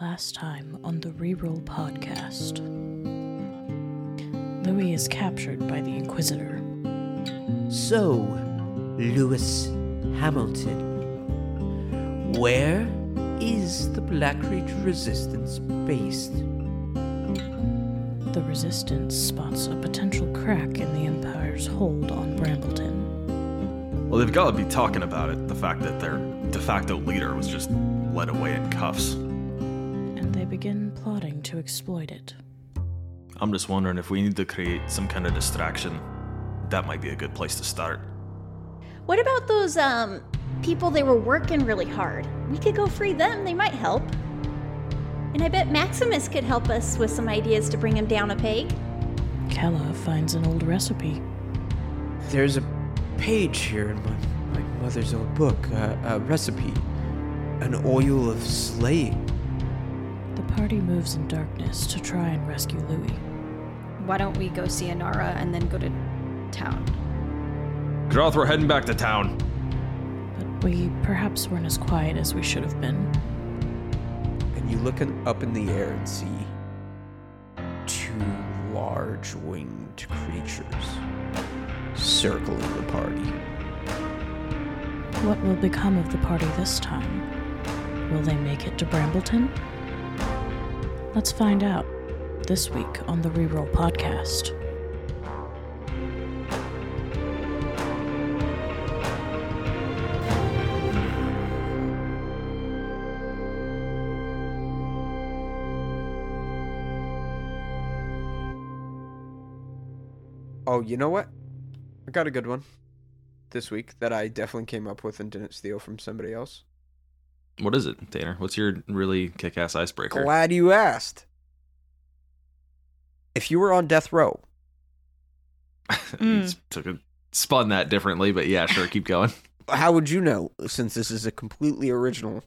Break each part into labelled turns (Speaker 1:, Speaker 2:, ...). Speaker 1: Last time on the Reroll podcast, Louis is captured by the Inquisitor.
Speaker 2: So, Lewis Hamilton, where is the Black Creature Resistance based?
Speaker 1: The Resistance spots a potential crack in the Empire's hold on Brambleton.
Speaker 3: Well, they've got to be talking about it. The fact that their de facto leader was just led away in cuffs.
Speaker 1: and they begin plotting to exploit it.
Speaker 3: I'm just wondering if we need to create some kind of distraction. That might be a good place to start.
Speaker 4: What about those um people they were working really hard? We could go free them, they might help. And I bet Maximus could help us with some ideas to bring him down a peg.
Speaker 1: Kella finds an old recipe.
Speaker 2: There's a page here in my, my mother's old book, uh, a recipe. An oil of slaying.
Speaker 1: The party moves in darkness to try and rescue Louis.
Speaker 5: Why don't we go see Anara and then go to town?
Speaker 3: Groth, we're heading back to town.
Speaker 1: But we perhaps weren't as quiet as we should have been.
Speaker 2: And you look in- up in the air and see two large winged creatures circling the party.
Speaker 1: What will become of the party this time? Will they make it to Brambleton? Let's find out this week on the Reroll Podcast.
Speaker 6: Oh, you know what? I got a good one this week that I definitely came up with and didn't steal from somebody else.
Speaker 3: What is it, Tanner? What's your really kick ass icebreaker?
Speaker 6: Glad you asked. If you were on death row,
Speaker 3: You
Speaker 4: Mm.
Speaker 3: s- took a, spun that differently, but yeah, sure, keep going.
Speaker 6: how would you know since this is a completely original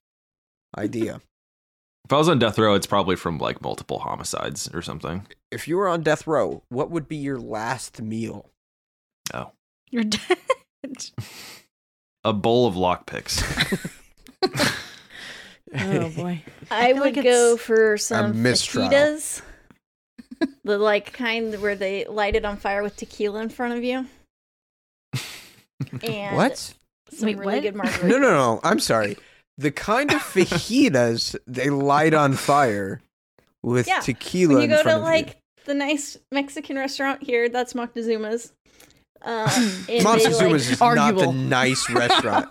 Speaker 6: idea?
Speaker 3: If I was on death row, it's probably from like multiple homicides or something.
Speaker 6: if you were on death row, what would be your last meal?
Speaker 3: Oh.
Speaker 5: You're dead.
Speaker 3: A bowl of lockpicks.
Speaker 1: Oh boy.
Speaker 4: I,
Speaker 5: feel
Speaker 4: would
Speaker 5: like
Speaker 4: go
Speaker 5: it's
Speaker 4: for some
Speaker 6: mistrial.
Speaker 4: fajitas. the like kind where they light it on fire with tequila in front of you. And
Speaker 6: what?
Speaker 4: Some
Speaker 5: Wait,
Speaker 4: really
Speaker 5: what?
Speaker 4: good margaritas.
Speaker 6: No, no, no. I'm sorry. The kind of fajitas they light on fire with
Speaker 4: Yeah,
Speaker 6: tequila
Speaker 4: When you
Speaker 6: in
Speaker 4: go
Speaker 6: front
Speaker 4: to
Speaker 6: of
Speaker 4: like the nice Mexican restaurant here, that's Moctezuma's. Uh, and they,
Speaker 6: you.
Speaker 4: like-
Speaker 6: Montezuma's is not the
Speaker 5: arguable.
Speaker 6: nice restaurant.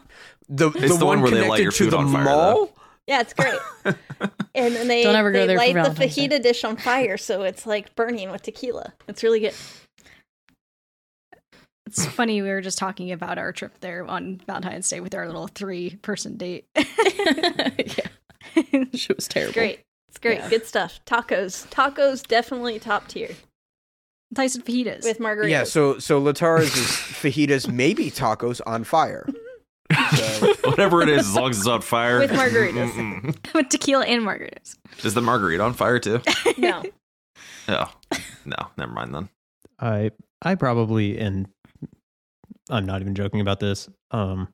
Speaker 6: The, the,
Speaker 3: the
Speaker 6: one
Speaker 3: one where they
Speaker 6: connected
Speaker 3: light your
Speaker 6: to
Speaker 3: food
Speaker 6: the
Speaker 3: on fire,
Speaker 6: mall.
Speaker 4: Yeah, it's great. and then they,
Speaker 1: Don't ever go
Speaker 4: they
Speaker 1: there for
Speaker 4: light the
Speaker 1: Valentine's Day.
Speaker 4: fajita dish on fire, so it's like burning with tequila. It's really good.
Speaker 5: It's funny, we were just talking about our trip there on Valentine's Day with our little three person date. yeah.
Speaker 1: She was terrible.
Speaker 4: It's great. It's great.
Speaker 5: Yeah.
Speaker 4: Good stuff. Tacos. Tacos definitely top tier
Speaker 5: Tyson fajitas.
Speaker 4: with margaritas.
Speaker 6: Yeah, so so Latara's is fajitas, maybe tacos on fire. So,
Speaker 3: Whatever it is, as long as it's on fire.
Speaker 4: With margaritas.
Speaker 3: Mm-mm.
Speaker 5: With tequila and margaritas.
Speaker 3: Is the margarita on fire too?
Speaker 4: no.
Speaker 3: Oh, no, never mind then.
Speaker 7: I I probably and I'm not even joking about this. Um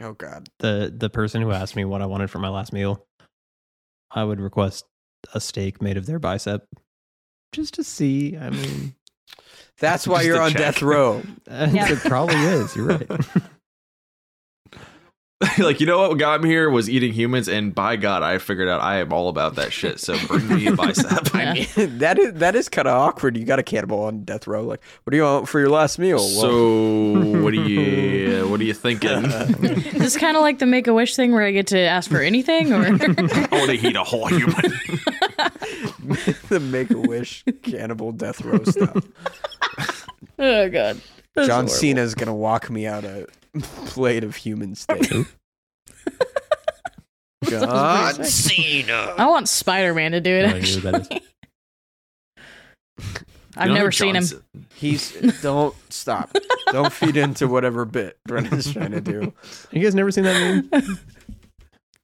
Speaker 6: oh god.
Speaker 7: the the person who asked me what I wanted for my last meal, I would request a steak made of their bicep just to see. I mean,
Speaker 6: That's why
Speaker 3: Just
Speaker 6: you're
Speaker 3: to
Speaker 6: on
Speaker 3: check.
Speaker 6: death row.
Speaker 5: Yeah.
Speaker 7: it probably is. You're right.
Speaker 3: like you know what got me here was eating humans and by god i figured out i am all about that shit so bring me a bicep
Speaker 1: Yeah.
Speaker 3: I mean,
Speaker 6: that is that is kind of awkward. You got a cannibal on death row. Like, what do you want for your last meal? Well,
Speaker 3: so what are you what are you thinking i
Speaker 1: This is kind of like the Make a Wish thing where I get to ask for anything, or
Speaker 3: want to eat a whole human
Speaker 6: the Make a Wish cannibal death row stuff.
Speaker 1: oh god, That's
Speaker 6: John
Speaker 1: horrible.
Speaker 6: Cena's gonna walk me out a plate of human steak. John Cena.
Speaker 1: I want Spider Man to do it.
Speaker 7: No idea who that is.
Speaker 1: actually. I've never seen him.
Speaker 6: He's don't stop. Don't feed into whatever bit Brennan's trying to do.
Speaker 7: You guys never seen that meme? Like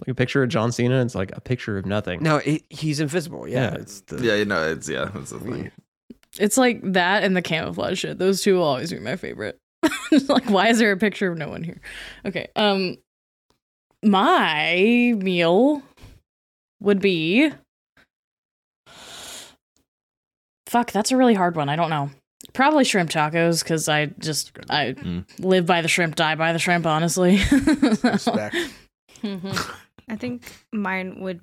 Speaker 7: a picture of John Cena, it's like a picture of nothing.
Speaker 6: No, it, he's invisible. Yeah,
Speaker 7: Yeah.
Speaker 6: it's the
Speaker 3: yeah you know it's yeah that's the thing
Speaker 1: It's like that and the camouflage shit. Those two will always be my favorite. like, why is there a picture of no one here? Okay. Um, my meal would be. Fuck, that's a really hard one. I don't know. Probably shrimp tacos because I just I
Speaker 3: Mm.
Speaker 1: live by the shrimp, die by the shrimp. Honestly,
Speaker 6: Respect.
Speaker 1: Mhm.
Speaker 5: I think mine would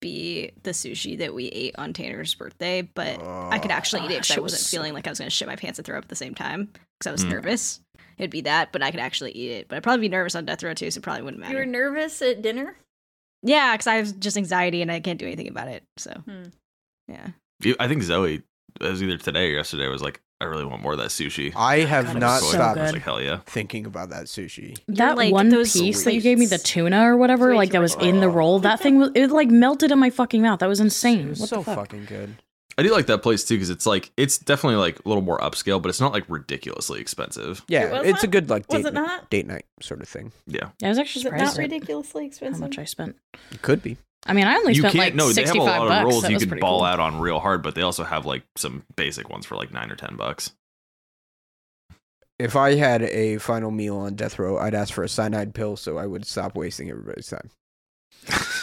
Speaker 5: be the sushi that we ate on Tanner's birthday, but I could actually eat it
Speaker 1: gosh,
Speaker 5: because I
Speaker 1: it was
Speaker 5: wasn't
Speaker 1: so-
Speaker 5: feeling like I was going to shit my pants and throw up at the same time because I was
Speaker 3: Mm.
Speaker 5: nervous. It'd be that, but I could actually eat it. But I'd probably be nervous on death row too, so it probably wouldn't
Speaker 4: You were
Speaker 5: matter.
Speaker 4: nervous at dinner?
Speaker 5: Yeah, because I have just anxiety and I can't do anything about it. So,
Speaker 4: Hmm.
Speaker 5: yeah.
Speaker 3: You- I think Zoe it was either today or yesterday was like, I really want more of that sushi.
Speaker 6: I
Speaker 1: God,
Speaker 6: have
Speaker 1: it was
Speaker 6: not
Speaker 1: so
Speaker 6: stopped
Speaker 3: I was
Speaker 1: good.
Speaker 3: like, hell yeah.
Speaker 6: thinking about that sushi.
Speaker 1: that
Speaker 5: like
Speaker 1: one
Speaker 5: those
Speaker 1: piece that you
Speaker 5: plates.
Speaker 1: gave me, the tuna or whatever,
Speaker 5: Way
Speaker 1: like
Speaker 5: too
Speaker 1: that
Speaker 5: much
Speaker 1: was in the
Speaker 4: Oh.
Speaker 6: oil.
Speaker 1: roll. That thing was it like melted in my fucking mouth. That was
Speaker 6: It
Speaker 1: insane.
Speaker 6: was
Speaker 1: What
Speaker 6: so
Speaker 1: the fuck?
Speaker 6: fucking good.
Speaker 3: I do like that place too because it's like it's definitely like a little more upscale, but it's not like ridiculously expensive.
Speaker 6: Yeah,
Speaker 4: was
Speaker 6: it's a
Speaker 4: not-
Speaker 6: good like
Speaker 4: was
Speaker 6: date,
Speaker 4: it not?
Speaker 6: date night sort of thing.
Speaker 1: I was actually
Speaker 4: Is it not
Speaker 1: surprised at
Speaker 4: ridiculously
Speaker 1: how
Speaker 4: expensive?
Speaker 1: much I spent.
Speaker 6: It could be.
Speaker 1: I mean, I only
Speaker 3: you
Speaker 1: spent
Speaker 3: can't
Speaker 1: like
Speaker 3: no, they have a
Speaker 1: sixty-five
Speaker 3: lot
Speaker 1: bucks.
Speaker 3: of rolls
Speaker 1: That
Speaker 3: you
Speaker 1: was
Speaker 3: can
Speaker 1: pretty
Speaker 3: ball
Speaker 1: cool.
Speaker 3: out on real hard, but they also have like some basic ones for like nine or ten bucks.
Speaker 6: If I had a final meal on death row, I'd ask for a cyanide pill so I would stop wasting everybody's time.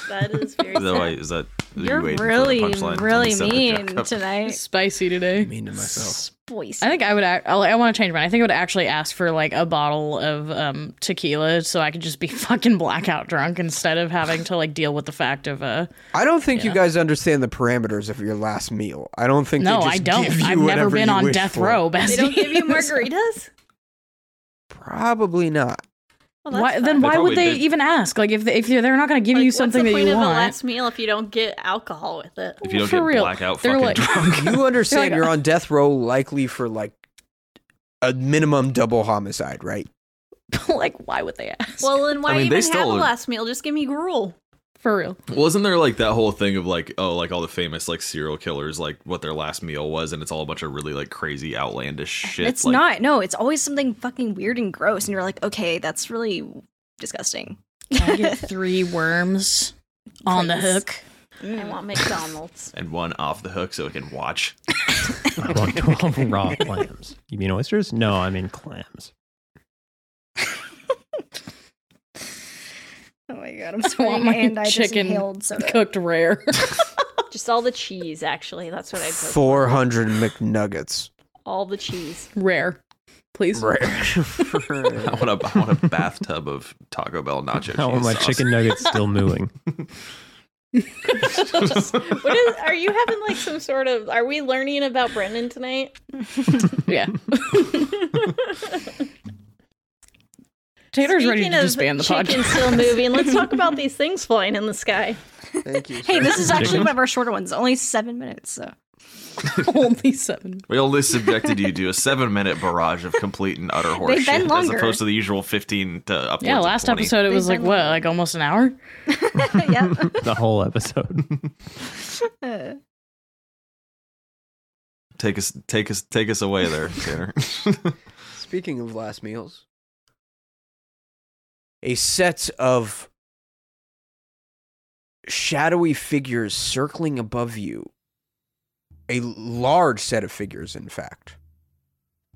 Speaker 4: That is very
Speaker 3: Is that why
Speaker 4: sad.
Speaker 3: is that are you
Speaker 5: You're
Speaker 3: waiting for the
Speaker 5: really,
Speaker 3: punchline to
Speaker 5: really
Speaker 3: set the
Speaker 5: mean
Speaker 3: joke up?
Speaker 5: tonight.
Speaker 1: Spicy today.
Speaker 6: Mean to myself.
Speaker 5: Spicy.
Speaker 1: I think I would. Act, I, I want to change mine. I think I would actually ask for like a bottle of um, tequila, so I could just be fucking blackout drunk instead of having to like deal with the fact of uh.
Speaker 6: I don't think
Speaker 1: Yeah.
Speaker 6: you guys understand the parameters of your last meal. I don't think.
Speaker 1: No,
Speaker 6: they
Speaker 1: I
Speaker 6: just
Speaker 1: don't.
Speaker 6: give you
Speaker 1: I've never
Speaker 6: whatever
Speaker 1: been
Speaker 6: you
Speaker 1: on
Speaker 6: wish
Speaker 1: death
Speaker 6: for.
Speaker 1: row, bestie.
Speaker 4: They don't give you margaritas?
Speaker 6: Probably not.
Speaker 4: Well, that's
Speaker 1: why,
Speaker 4: fun.
Speaker 1: then why
Speaker 3: probably
Speaker 1: would they
Speaker 3: did.
Speaker 1: even ask? Like if they, if they're not going to give
Speaker 4: Like,
Speaker 1: you something
Speaker 4: what's
Speaker 1: that
Speaker 4: the point
Speaker 1: you
Speaker 4: of
Speaker 1: want.
Speaker 4: the last meal if you don't get alcohol with it?
Speaker 3: If you don't
Speaker 1: For
Speaker 3: get
Speaker 1: real.
Speaker 3: blackout
Speaker 1: They're
Speaker 3: fucking
Speaker 1: like-
Speaker 3: drunk.
Speaker 6: You understand
Speaker 1: They're like,
Speaker 6: you're on death row likely for like a minimum double homicide, right?
Speaker 1: like why would they ask?
Speaker 4: Well, then why
Speaker 3: I mean, they
Speaker 4: even have
Speaker 3: still-
Speaker 4: a last meal? Just give me gruel.
Speaker 1: for real.
Speaker 3: Wasn't there like that whole thing of like oh like all the famous like serial killers like what their last meal was and it's all a bunch of really like crazy outlandish shit.
Speaker 5: It's
Speaker 3: like,
Speaker 5: not. No, it's always something fucking weird and gross. And you're like, okay, that's really disgusting.
Speaker 1: I get three worms on the
Speaker 5: Please. Mm.
Speaker 1: hook.
Speaker 4: I want McDonald's.
Speaker 3: and one off the hook so it can watch.
Speaker 7: I want 12 raw clams. You mean oysters? No, I mean clams.
Speaker 5: Oh my god, I'm
Speaker 1: I want my chicken cooked rare.
Speaker 4: Just all the cheese, actually. That's what I put.
Speaker 6: Four hundred McNuggets.
Speaker 4: All the cheese.
Speaker 1: rare. Please.
Speaker 6: Right.
Speaker 3: I want a, I want a bathtub of Taco Bell nacho
Speaker 7: I want
Speaker 3: cheese
Speaker 7: my
Speaker 3: sauce.
Speaker 7: chicken nuggets still mooing.
Speaker 4: What is? Are you having like some sort of? Are we learning about Brendan tonight?
Speaker 1: Yeah. Taylor's ready to
Speaker 4: Speaking of
Speaker 1: disband the
Speaker 4: chicken
Speaker 1: podcast.
Speaker 4: Still moving. Let's talk about these things flying in the sky.
Speaker 6: Thank you.
Speaker 5: Hey,
Speaker 6: sir.
Speaker 5: this is actually
Speaker 7: Chicken?
Speaker 5: one of our shorter ones. Only seven minutes. So
Speaker 1: Only seven.
Speaker 3: We only subjected you to a seven-minute barrage of complete and utter
Speaker 5: They've
Speaker 3: horseshit,
Speaker 5: been
Speaker 3: as
Speaker 5: longer.
Speaker 3: opposed to the usual fifteen to upwards.
Speaker 1: Yeah,
Speaker 3: of
Speaker 1: last
Speaker 3: 20.
Speaker 1: episode it
Speaker 5: They've
Speaker 1: was like
Speaker 5: been
Speaker 1: what,
Speaker 5: like-
Speaker 1: like almost an hour.
Speaker 5: yeah.
Speaker 7: the whole episode.
Speaker 5: Uh,
Speaker 3: Take us, take us, take us away there, Tanner.
Speaker 6: Speaking of last meals, a set of shadowy figures circling above you. A large set of figures, in fact.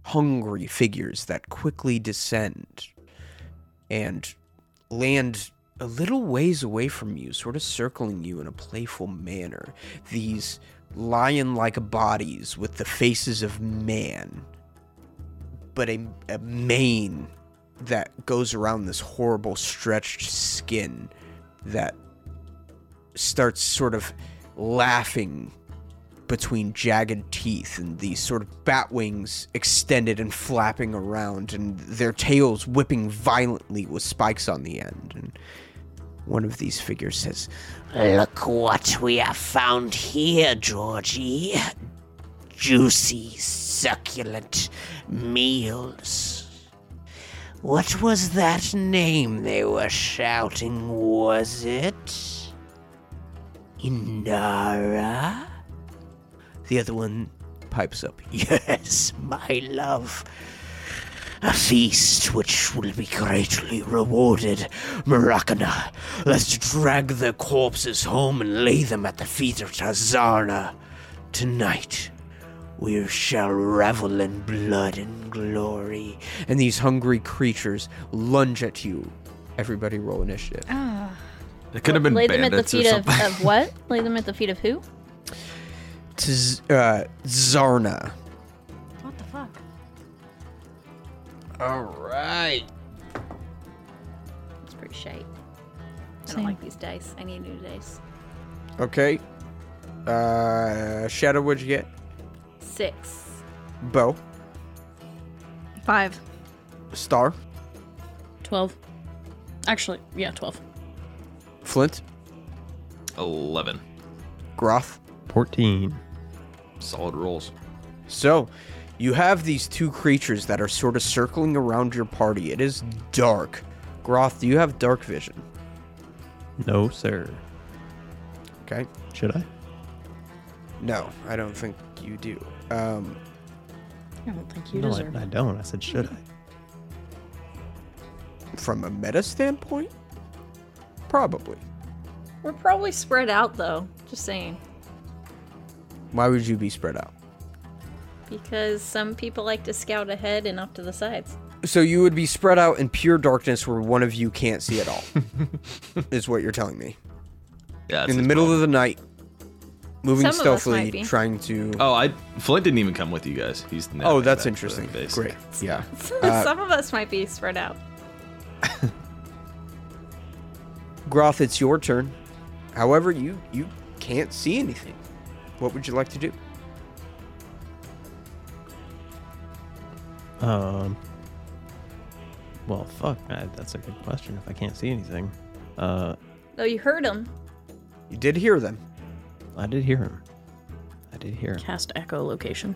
Speaker 6: Hungry figures that quickly descend and land a little ways away from you, sort of circling you in a playful manner. These lion like bodies with the faces of man but a, a mane that goes around this horrible stretched skin that starts sort of laughing between jagged teeth and these sort of bat wings extended and flapping around and their tails whipping violently with spikes on the end and one of these figures says
Speaker 8: Look what we have found here, Georgie. Juicy, succulent meals. What was that name they were shouting, was it? Inara?
Speaker 6: the other one pipes up
Speaker 8: Yes, my love. A feast which will be greatly rewarded. Murakana, let's drag the corpses home and lay them at the feet of Tazarna. Tonight, we shall revel in blood and glory.
Speaker 6: and
Speaker 4: Oh.
Speaker 6: these hungry creatures lunge at you everybody roll initiative
Speaker 5: ah.
Speaker 3: It could have been
Speaker 4: Lay them at the
Speaker 3: bandits
Speaker 4: feet
Speaker 3: or
Speaker 4: of,
Speaker 3: something.
Speaker 4: of what? Lay them at the feet of who?
Speaker 6: To Z- uh, Zarna.
Speaker 4: What the fuck?
Speaker 8: All right.
Speaker 4: It's pretty shite. I
Speaker 1: Same.
Speaker 4: don't like these dice. I need new dice.
Speaker 6: Okay. Uh, Shadow, what'd you get?
Speaker 4: Six.
Speaker 6: Bow.
Speaker 5: Five.
Speaker 6: Star.
Speaker 1: 12. Actually, yeah, 12.
Speaker 6: Flint.
Speaker 3: 11.
Speaker 6: Groth.
Speaker 7: 14.
Speaker 3: Solid rolls.
Speaker 6: So, you have these two creatures that are sort of circling around your party. It is dark. Groth, do you have dark vision?
Speaker 7: No, sir.
Speaker 6: Okay.
Speaker 7: Should I?
Speaker 6: No, I don't think you do. Um,
Speaker 1: I don't think you
Speaker 7: no,
Speaker 1: deserve
Speaker 7: I, I
Speaker 1: it.
Speaker 7: don't. I said, should I?
Speaker 6: from a meta standpoint, probably.
Speaker 4: We're probably spread out though. Just saying.
Speaker 6: Why would you be spread out?
Speaker 4: Because some people like to scout ahead and off to the sides.
Speaker 6: So you would be spread out in pure darkness where one of you can't see at all. is what you're telling me.
Speaker 3: Yeah, that's
Speaker 6: in the
Speaker 3: his
Speaker 6: middle
Speaker 3: problem.
Speaker 6: of the night, moving
Speaker 4: Some of us might
Speaker 6: stealthily,
Speaker 4: be.
Speaker 6: trying to.
Speaker 3: Oh, I Flint didn't even come with you guys. He's now
Speaker 6: Oh,
Speaker 3: back
Speaker 6: that's
Speaker 3: to the
Speaker 6: interesting.
Speaker 3: base.
Speaker 6: Great. Yeah.
Speaker 3: Uh,
Speaker 4: some of us might be spread out.
Speaker 6: Groth, it's your turn. However, you you can't see anything. What would you like to do?
Speaker 7: Um. Well, fuck. I, that's a good question. If I can't see anything, uh,
Speaker 4: Though you heard them.
Speaker 6: You did hear them.
Speaker 7: I did hear him. I did hear him.
Speaker 1: Cast echolocation.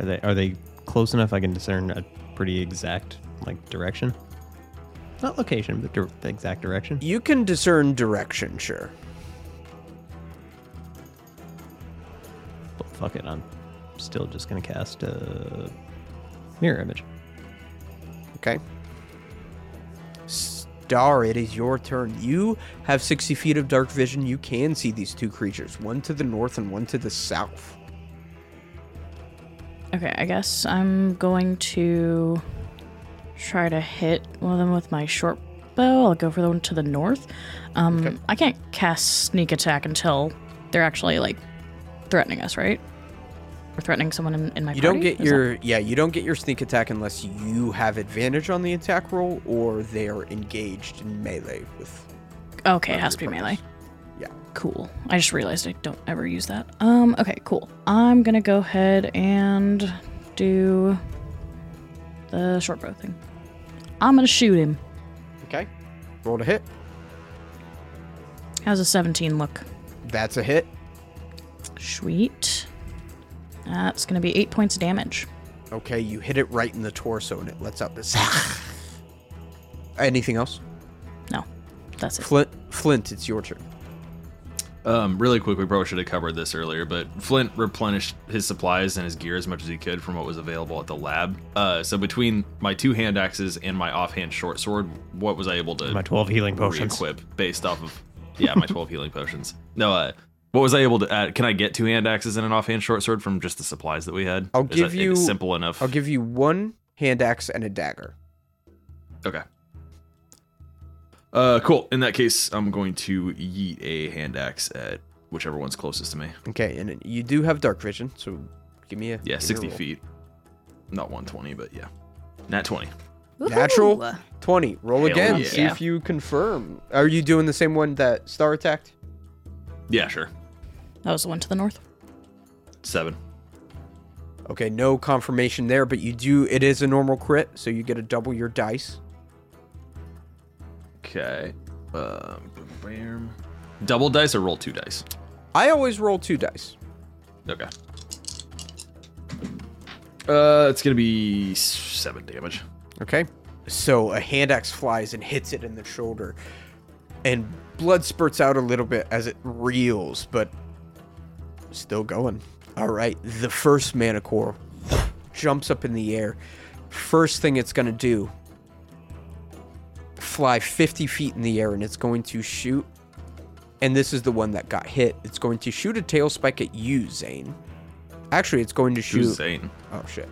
Speaker 7: Are they are they close enough? I can discern a pretty exact like direction. Not location, but dir- the exact direction.
Speaker 6: You can discern direction, sure.
Speaker 7: Well, fuck it. I'm still just gonna cast a mirror image.
Speaker 6: Okay. Star, it is your turn. You have 60 feet of dark vision. You can see these two creatures, one to the north and one to the south.
Speaker 1: Okay, I guess I'm going to try to hit one of them with my short bow. I'll go for the one to the north. Um, I can't cast sneak attack until they're actually like threatening us, right? Or threatening someone in, in my party.
Speaker 6: You don't get
Speaker 1: Is that-
Speaker 6: your yeah, you don't get your sneak attack unless you have advantage on the attack roll or they are engaged in melee with
Speaker 1: okay. It has to be melee.
Speaker 6: uh, Yeah.
Speaker 1: Cool. I just realized I don't ever use that. Um. Okay. Cool. I'm gonna go ahead and do the short bow thing. I'm gonna shoot him.
Speaker 6: Okay. Roll to hit.
Speaker 1: How's a 17 look?
Speaker 6: That's a hit.
Speaker 1: Sweet. That's going to be eight points of damage.
Speaker 6: Okay, you hit it right in the torso and it lets out this. Anything else?
Speaker 1: No, that's it.
Speaker 6: Flint, Flint, it's your turn.
Speaker 3: Um, really quick, we probably should have covered this earlier, but Flint replenished his supplies and his gear as much as he could from what was available at the lab. Uh, so between my two hand axes and my offhand short sword, what was I able to
Speaker 7: My twelve healing potions.
Speaker 3: equip based off of yeah my twelve healing potions? No, uh, what was I able to? add? Can I get two hand axes and an offhand short sword from just the supplies that we had?
Speaker 6: I'll
Speaker 3: Is that
Speaker 6: give you-
Speaker 3: simple enough.
Speaker 6: I'll give you one hand axe and a dagger.
Speaker 3: Okay. Uh, cool. In that case, I'm going to yeet a hand axe at whichever one's closest to me.
Speaker 6: Okay, and it- you do have dark vision, so give me a give me
Speaker 3: Yeah,
Speaker 6: a
Speaker 3: 60
Speaker 6: roll.
Speaker 3: feet. Not 120, but yeah. Nat 20.
Speaker 6: Natural
Speaker 5: Ooh.
Speaker 6: twenty. Roll
Speaker 3: Hell
Speaker 6: again.
Speaker 3: yeah.
Speaker 6: See if you confirm. Are you doing the same one that Star attacked?
Speaker 3: Yeah, sure.
Speaker 1: That was the one to the north.
Speaker 3: Seven.
Speaker 6: Okay, no confirmation there, but you do. It is a normal crit, so you get to double your dice.
Speaker 3: Okay. Um, bam. Double dice or roll two dice?
Speaker 6: I always roll two dice.
Speaker 3: Okay. Uh, it's gonna be s- seven damage.
Speaker 6: Okay. So a hand axe flies and hits it in the shoulder, and blood spurts out a little bit as it reels, but still going. All right. The first manacore jumps up in the air. First thing it's going to do fly 50 feet in the air, and it's going to shoot. And this is the one that got hit. It's going to shoot a tail spike at you, Zane. Actually, it's going to shoot.
Speaker 3: Zane.
Speaker 6: Oh shit.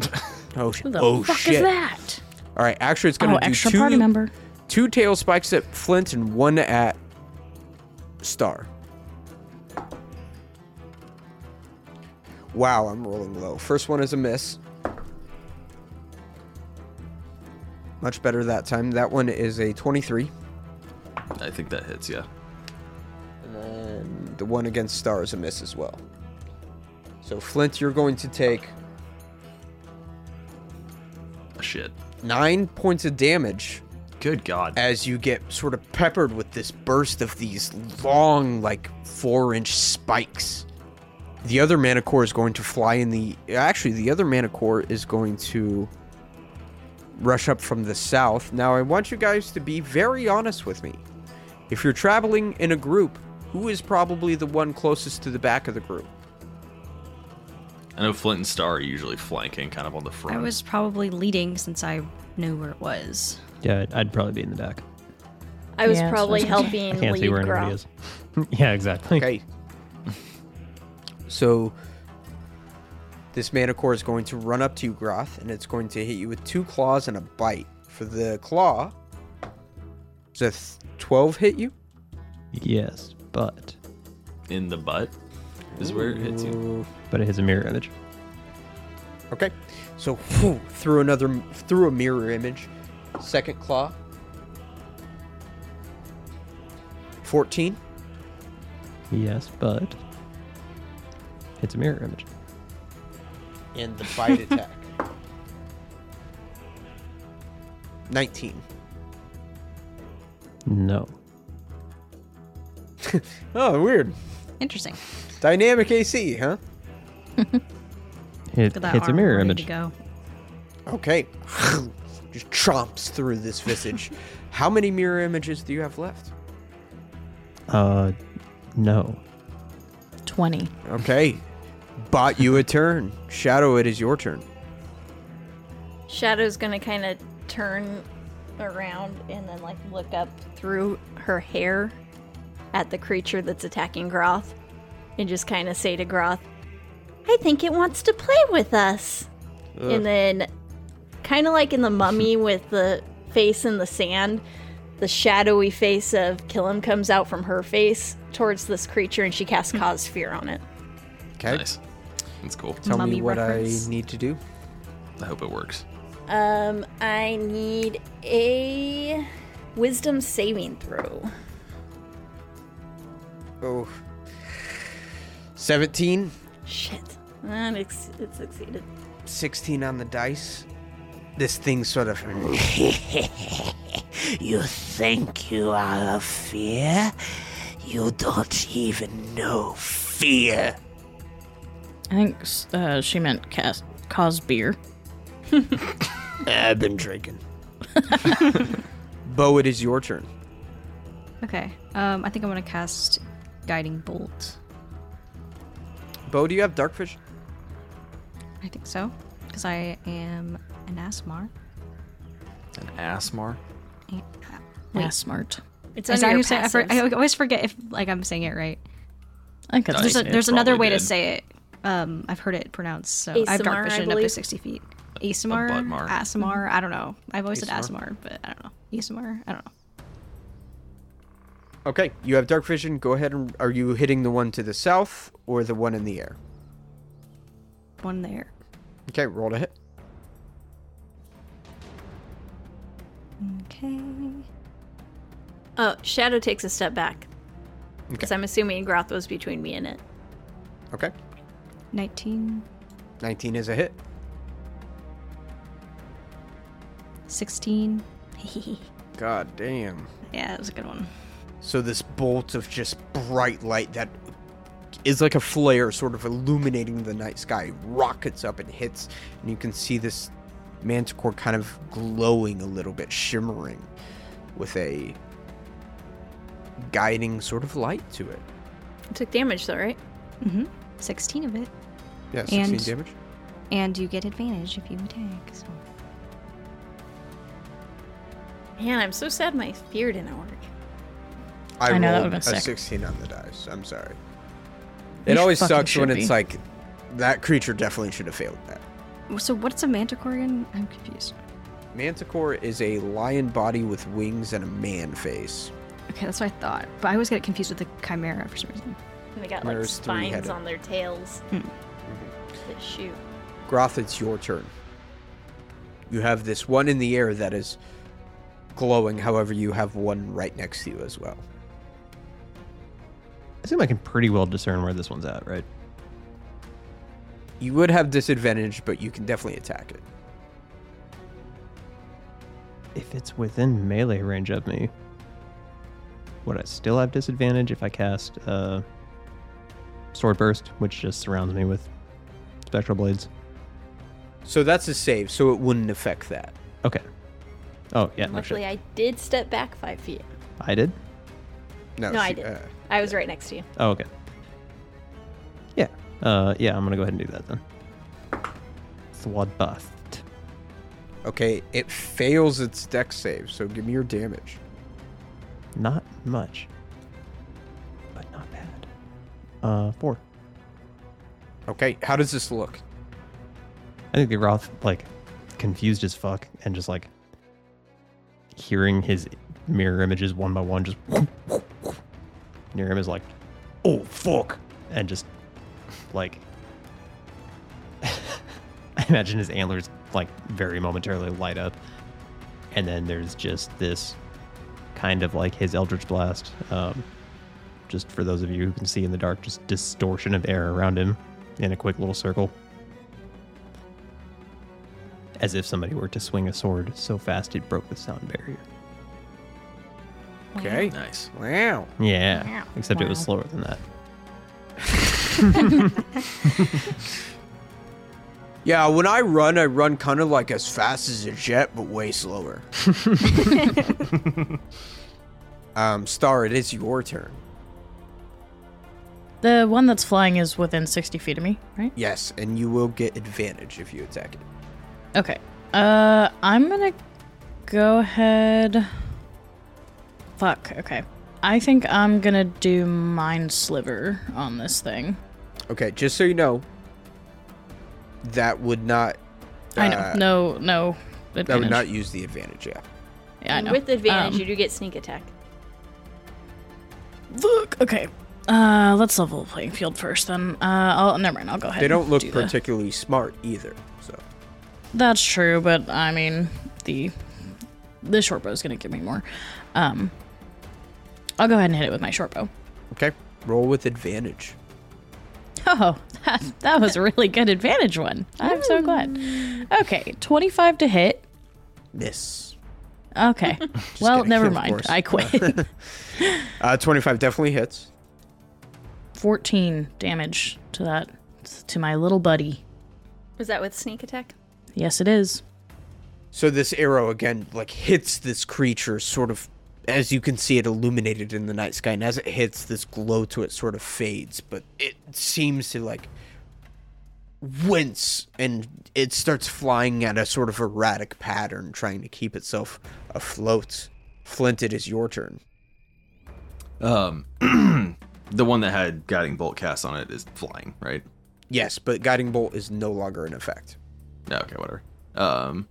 Speaker 6: Oh shit.
Speaker 1: Who the
Speaker 6: oh
Speaker 1: fuck
Speaker 6: shit.
Speaker 1: is that?
Speaker 6: All right, actually, it's
Speaker 1: Oh,
Speaker 6: gonna do
Speaker 1: extra
Speaker 6: two.
Speaker 1: party member.
Speaker 6: Two tail spikes at Flint and one at Star. Wow, I'm rolling low. First one is a miss. Much better that time. That one is a 23.
Speaker 3: I think that hits, yeah.
Speaker 6: The one against Star is a miss as well. So, Flint, you're going to take
Speaker 3: Shit.
Speaker 6: nine points of damage
Speaker 3: Good God.
Speaker 6: as you get sort of peppered with this burst of these long, like four inch spikes. The other manticore is going to fly in the. Actually, the other manticore is going to rush up from the south. Now, I want you guys to be very honest with me. If you're traveling in a group, who is probably the one closest to the back of the group?
Speaker 3: I know Flint and Star are usually flanking kind of on the front.
Speaker 5: I was probably leading since I knew where it was.
Speaker 7: Yeah, I'd- I'd probably be in the back.
Speaker 4: I was
Speaker 1: Yeah,
Speaker 4: probably
Speaker 1: sounds like-
Speaker 7: I
Speaker 4: helping
Speaker 7: can't see
Speaker 4: lead
Speaker 7: where anybody
Speaker 4: Groff.
Speaker 7: is. yeah, exactly.
Speaker 6: Okay. so this manticore is going to run up to you, Groth, and it's going to hit you with two claws and a bite. For the claw, does a th- 12 hit you?
Speaker 7: Yes, but
Speaker 3: in the butt is where it hits you.
Speaker 7: but it has a mirror image.
Speaker 6: Okay. So whew, through another through a mirror image, second claw. 14.
Speaker 7: Yes, but it's a mirror image.
Speaker 6: and the bite attack. 19.
Speaker 7: No.
Speaker 6: Oh, weird.
Speaker 5: Interesting.
Speaker 6: Dynamic AC, huh?
Speaker 7: It
Speaker 5: Look at that
Speaker 7: hits a
Speaker 5: arm
Speaker 7: mirror
Speaker 5: ready
Speaker 7: image.
Speaker 5: To go.
Speaker 6: Okay. Just chomps through this visage. How many mirror images do you have left?
Speaker 7: Uh, no.
Speaker 1: 20.
Speaker 6: Okay. Bought you a turn. Shadow, it is your turn.
Speaker 4: Shadow's gonna kind of turn around and then like look up through her hair at the creature that's attacking Groth and just kind of say to Groth, I think it wants to play with us. And then, kind of like in the mummy with the face in the sand, the shadowy face of Killam comes out from her face towards this creature and she casts Cause Fear on it.
Speaker 6: Okay.
Speaker 3: Nice. That's cool.
Speaker 6: Tell me
Speaker 5: Mummy
Speaker 6: what
Speaker 5: reference.
Speaker 6: I need to do.
Speaker 3: I hope it works.
Speaker 4: Um, I need a wisdom saving throw.
Speaker 6: Oh. 17.
Speaker 4: Shit. And it's, it succeeded.
Speaker 6: 16 on the dice. This thing sort of.
Speaker 8: You think you are a fear? You don't even know fear.
Speaker 1: I think s- uh, she meant cast, cause beer.
Speaker 8: I've been drinking.
Speaker 6: Bo, it is your turn.
Speaker 5: Okay. Um, I think I'm gonna cast guiding bolt.
Speaker 6: Bo, do you have dark vision?
Speaker 5: I think so, because I am an Asmar.
Speaker 3: An Asmar?
Speaker 1: Yeah, smart.
Speaker 4: It's under
Speaker 5: Is that how
Speaker 4: your
Speaker 5: you say it? I, for-
Speaker 4: passives.
Speaker 5: I always forget if like I'm saying it right.
Speaker 1: I think
Speaker 5: There's,
Speaker 1: it's
Speaker 5: a,
Speaker 1: it.
Speaker 5: there's another
Speaker 3: probably
Speaker 5: way to
Speaker 3: did.
Speaker 5: say it. Um, I've heard it pronounced. So I have
Speaker 4: ASMR, I
Speaker 5: dark vision up to
Speaker 4: believe.
Speaker 5: 60 feet. ASMR,
Speaker 3: Budmar.
Speaker 5: ASMR. I don't know. I've always said
Speaker 6: ASMR.
Speaker 5: ASMR, but I don't know. ASMR. I don't know.
Speaker 6: Okay, you have dark vision. Go ahead and. Are you hitting the one to the south or the one in the air?
Speaker 5: One there.
Speaker 6: Okay, roll to hit.
Speaker 5: Okay.
Speaker 4: Oh, Shadow takes a step back. Because I'm assuming Groth was between me and it.
Speaker 6: Okay.
Speaker 5: 19,
Speaker 6: 19 is a hit.
Speaker 5: 16.
Speaker 6: God damn.
Speaker 5: yeah, that was a good one.
Speaker 6: So this bolt of just bright light that is like a flare sort of illuminating the night sky rockets up and hits and you can see this manticore kind of glowing a little bit shimmering with a guiding sort of light to it.
Speaker 4: It took damage though, right?
Speaker 5: 16 Mm-hmm. of it.
Speaker 6: Yeah, 16
Speaker 5: And-
Speaker 6: damage.
Speaker 5: And you get advantage if you attack. So.
Speaker 4: Man, I'm so sad my fear didn't work.
Speaker 1: I know, that
Speaker 6: rolled
Speaker 1: would've been
Speaker 6: a
Speaker 1: sick.
Speaker 6: 16 on the dice. I'm sorry.
Speaker 1: You
Speaker 6: It always
Speaker 1: fucking
Speaker 6: sucks when
Speaker 1: should
Speaker 6: it's
Speaker 1: be.
Speaker 6: like that creature definitely should have failed that.
Speaker 5: So what's a manticore again? I'm confused.
Speaker 6: Manticore is a lion body with wings and a man face.
Speaker 5: Okay, that's what I thought. But I always get it confused with the chimera for some reason.
Speaker 4: And they got like
Speaker 6: There's
Speaker 4: spines
Speaker 6: three-headed.
Speaker 4: on their tails
Speaker 5: Hmm.
Speaker 4: that shoot.
Speaker 6: Groth, it's your turn. You have this one in the air that is glowing, however, you have one right next to you as well.
Speaker 7: I assume I can pretty well discern where this one's at, right?
Speaker 6: You would have disadvantage, but you can definitely attack it.
Speaker 7: If it's within melee range of me, would I still have disadvantage if I cast uh, Sword Burst, which just surrounds me with spectral blades?
Speaker 6: So that's a save, so it wouldn't affect that.
Speaker 7: Okay. Oh yeah, no
Speaker 4: Luckily, I
Speaker 7: shit.
Speaker 4: did step back five feet.
Speaker 7: I did.
Speaker 5: Oh,
Speaker 4: No, I
Speaker 6: she-
Speaker 4: didn't.
Speaker 6: uh,
Speaker 4: I was right next to you.
Speaker 7: Oh okay. Yeah. Uh, yeah, I'm gonna go ahead and do that then. Sword Burst.
Speaker 6: okay, it fails its deck save, so give me your damage.
Speaker 7: Not much, but not bad. Uh, four.
Speaker 6: Okay, how does this look?
Speaker 7: I think the Roth like confused as fuck and just like hearing his mirror images one by one just near him is like, oh fuck, and just like I imagine his antlers like very momentarily light up, and then there's just this kind of like his Eldritch Blast. Um, just for those of you who can see in the dark, just distortion of air around him in a quick little circle as if somebody were to swing a sword so fast it broke the sound barrier.
Speaker 6: Okay.
Speaker 3: Nice.
Speaker 6: Wow.
Speaker 7: Yeah, except it was slower than that.
Speaker 6: Yeah, when I run, I run kind of like as fast as a jet, but way slower. um, Star, it is your turn.
Speaker 1: The one that's flying is within 60 feet of me, right?
Speaker 6: Yes, and you will get advantage if you attack it.
Speaker 1: Okay. Uh, I'm gonna go ahead. Fuck. Okay. I think I'm gonna do mind sliver on this thing.
Speaker 6: Okay, just so you know, that would not.
Speaker 1: I
Speaker 6: uh,
Speaker 1: know. No. No.
Speaker 6: That would
Speaker 1: Advantage.
Speaker 6: not use the advantage. Yeah.
Speaker 1: yeah, I know.
Speaker 4: With advantage,
Speaker 1: Um,
Speaker 4: you do get sneak attack.
Speaker 1: Look. Okay. Uh, let's level the playing field first. Then. Uh, I'll. Never mind. I'll go ahead.
Speaker 6: They
Speaker 1: and
Speaker 6: don't look
Speaker 1: do the-
Speaker 6: particularly smart either. So
Speaker 1: That's true, but I mean, the the short bow's gonna give me more. Um, I'll go ahead and hit it with my short bow.
Speaker 6: okay, roll with advantage.
Speaker 1: Oh, that, that was a really good advantage one. I'm so glad. Okay, 25 to hit.
Speaker 6: Miss.
Speaker 1: Okay. well,
Speaker 6: kidding,
Speaker 1: never
Speaker 6: of
Speaker 1: mind.
Speaker 6: course.
Speaker 1: I quit.
Speaker 6: Uh, twenty-five definitely hits.
Speaker 1: 14 damage to that to my little buddy.
Speaker 4: Was that with sneak attack?
Speaker 1: Yes, it is.
Speaker 6: So this arrow again, like hits this creature, sort of as you can see it illuminated in the night sky, and as it hits, this glow to it sort of fades, but it seems to like wince and it starts flying at a sort of erratic pattern, trying to keep itself afloat. Flint, it is your turn.
Speaker 3: Um, the one that had guiding bolt cast on it is flying, right?
Speaker 6: Yes, but guiding bolt is no longer in effect.
Speaker 3: Yeah, okay, whatever. Um,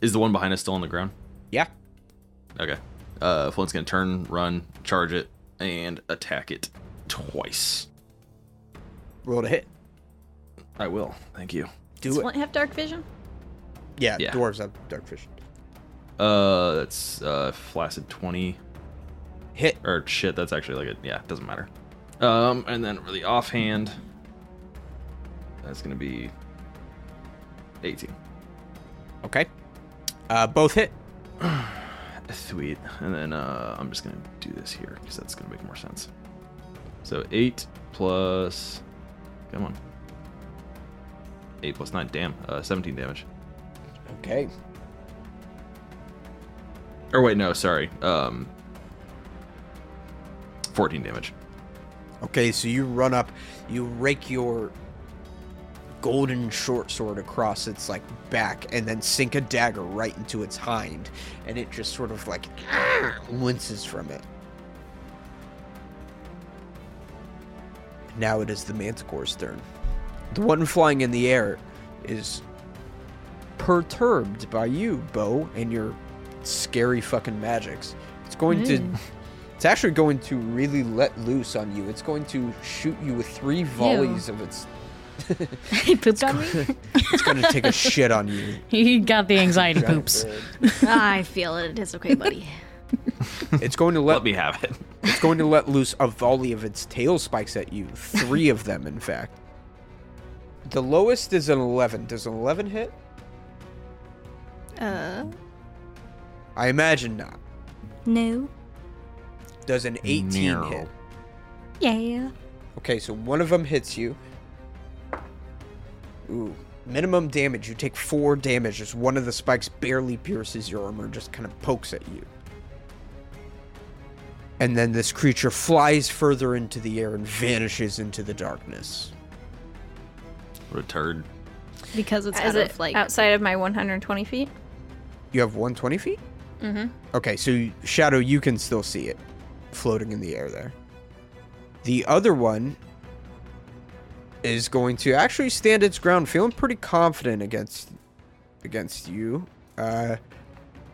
Speaker 3: is the one behind us still on the ground?
Speaker 6: Yeah.
Speaker 3: Okay. Uh, Flint's gonna turn, run, charge it, and attack it twice.
Speaker 6: Roll to hit.
Speaker 3: I will. Thank you.
Speaker 6: Do
Speaker 4: Does
Speaker 6: it.
Speaker 4: Flint have dark vision?
Speaker 6: Yeah,
Speaker 3: Yeah.
Speaker 6: dwarves have dark vision.
Speaker 3: Uh, that's uh flaccid twenty.
Speaker 6: Hit.
Speaker 3: Or shit, that's actually like a yeah, doesn't matter. Um, and then for the offhand, that's gonna be eighteen.
Speaker 6: Okay. Uh, both hit.
Speaker 3: Sweet. And then uh, I'm just gonna do this here because that's gonna make more sense. So eight plus, come on, eight plus nine. Damn, uh, seventeen damage.
Speaker 6: Okay.
Speaker 3: Or wait, no, sorry. Um, fourteen damage.
Speaker 6: Okay, so you run up, you rake your golden short sword across its like back and then sink a dagger right into its hind and it just sort of like winces from it. Now it is the manticore's turn. The one flying in the air is perturbed by you, Bo, and your scary fucking magics. It's going to. It's actually going to really let loose on you. It's going to shoot you with three volleys of its.
Speaker 5: he pooped on me.
Speaker 6: It's going to take a shit on you.
Speaker 1: He got the anxiety
Speaker 6: giant
Speaker 1: poops.
Speaker 6: bird.
Speaker 5: I feel it. It's okay, buddy.
Speaker 6: It's going to
Speaker 3: Let
Speaker 6: let
Speaker 3: me have it.
Speaker 6: it's going to let loose a volley of its tail spikes at you. Three of them, in fact. The lowest is an 11. Does an 11 hit?
Speaker 5: Uh,
Speaker 6: I imagine not.
Speaker 5: no.
Speaker 6: Does an 18 hit?
Speaker 5: Yeah.
Speaker 6: Okay, so one of them hits you. Ooh. Minimum damage. You take four damage as one of the spikes barely pierces your armor, just kind of pokes at you. And then this creature flies further into the air and vanishes into the darkness.
Speaker 3: Retard.
Speaker 5: Because it's
Speaker 4: Is
Speaker 5: out
Speaker 4: it
Speaker 5: of like
Speaker 4: outside of my 120 feet?
Speaker 6: You have 120 feet?
Speaker 4: Mm-hmm.
Speaker 6: Okay, so Shadow, you can still see it floating in the air there. The other one is going to actually stand its ground, feeling pretty confident against against you. Uh,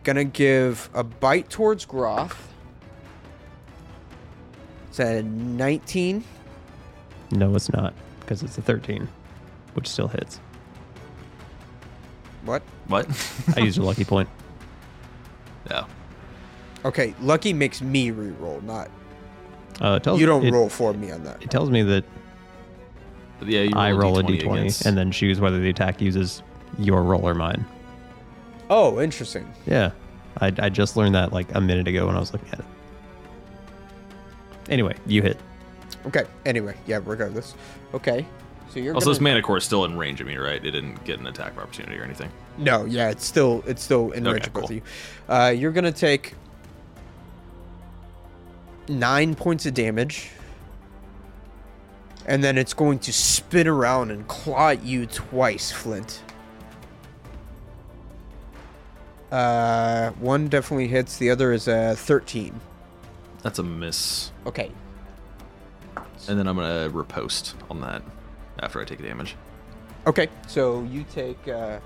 Speaker 6: gonna give a bite towards Groth. It's a 19.
Speaker 7: No, it's not, because it's a 13, which still hits.
Speaker 6: What?
Speaker 3: What?
Speaker 7: I used a lucky point.
Speaker 3: no.
Speaker 6: Okay, Lucky makes me re-roll, not
Speaker 7: Uh, it tells
Speaker 6: you. Don't
Speaker 7: it-
Speaker 6: roll for me on that.
Speaker 7: It tells me that
Speaker 3: Yeah, you
Speaker 7: I roll a
Speaker 3: D
Speaker 7: d20 and then choose whether the attack uses your roll or mine.
Speaker 6: Oh, interesting.
Speaker 7: Yeah. I, I just learned that like a minute ago when I was looking at it. Anyway, you hit.
Speaker 6: Okay. Anyway, yeah. Regardless. Okay. So you're
Speaker 3: also,
Speaker 6: gonna...
Speaker 3: this manacore is still in range of me, right? It didn't get an attack of opportunity or anything.
Speaker 6: No, yeah, it's still it's still in
Speaker 3: Okay,
Speaker 6: range of both of
Speaker 3: cool.
Speaker 6: you. Uh, you're gonna take nine points of damage, and then it's going to spin around and claw at you twice, Flint. Uh, one definitely hits. The other is a thirteen.
Speaker 3: That's a miss.
Speaker 6: Okay.
Speaker 3: And then I'm gonna repost on that after I take damage.
Speaker 6: Okay. So you take uh,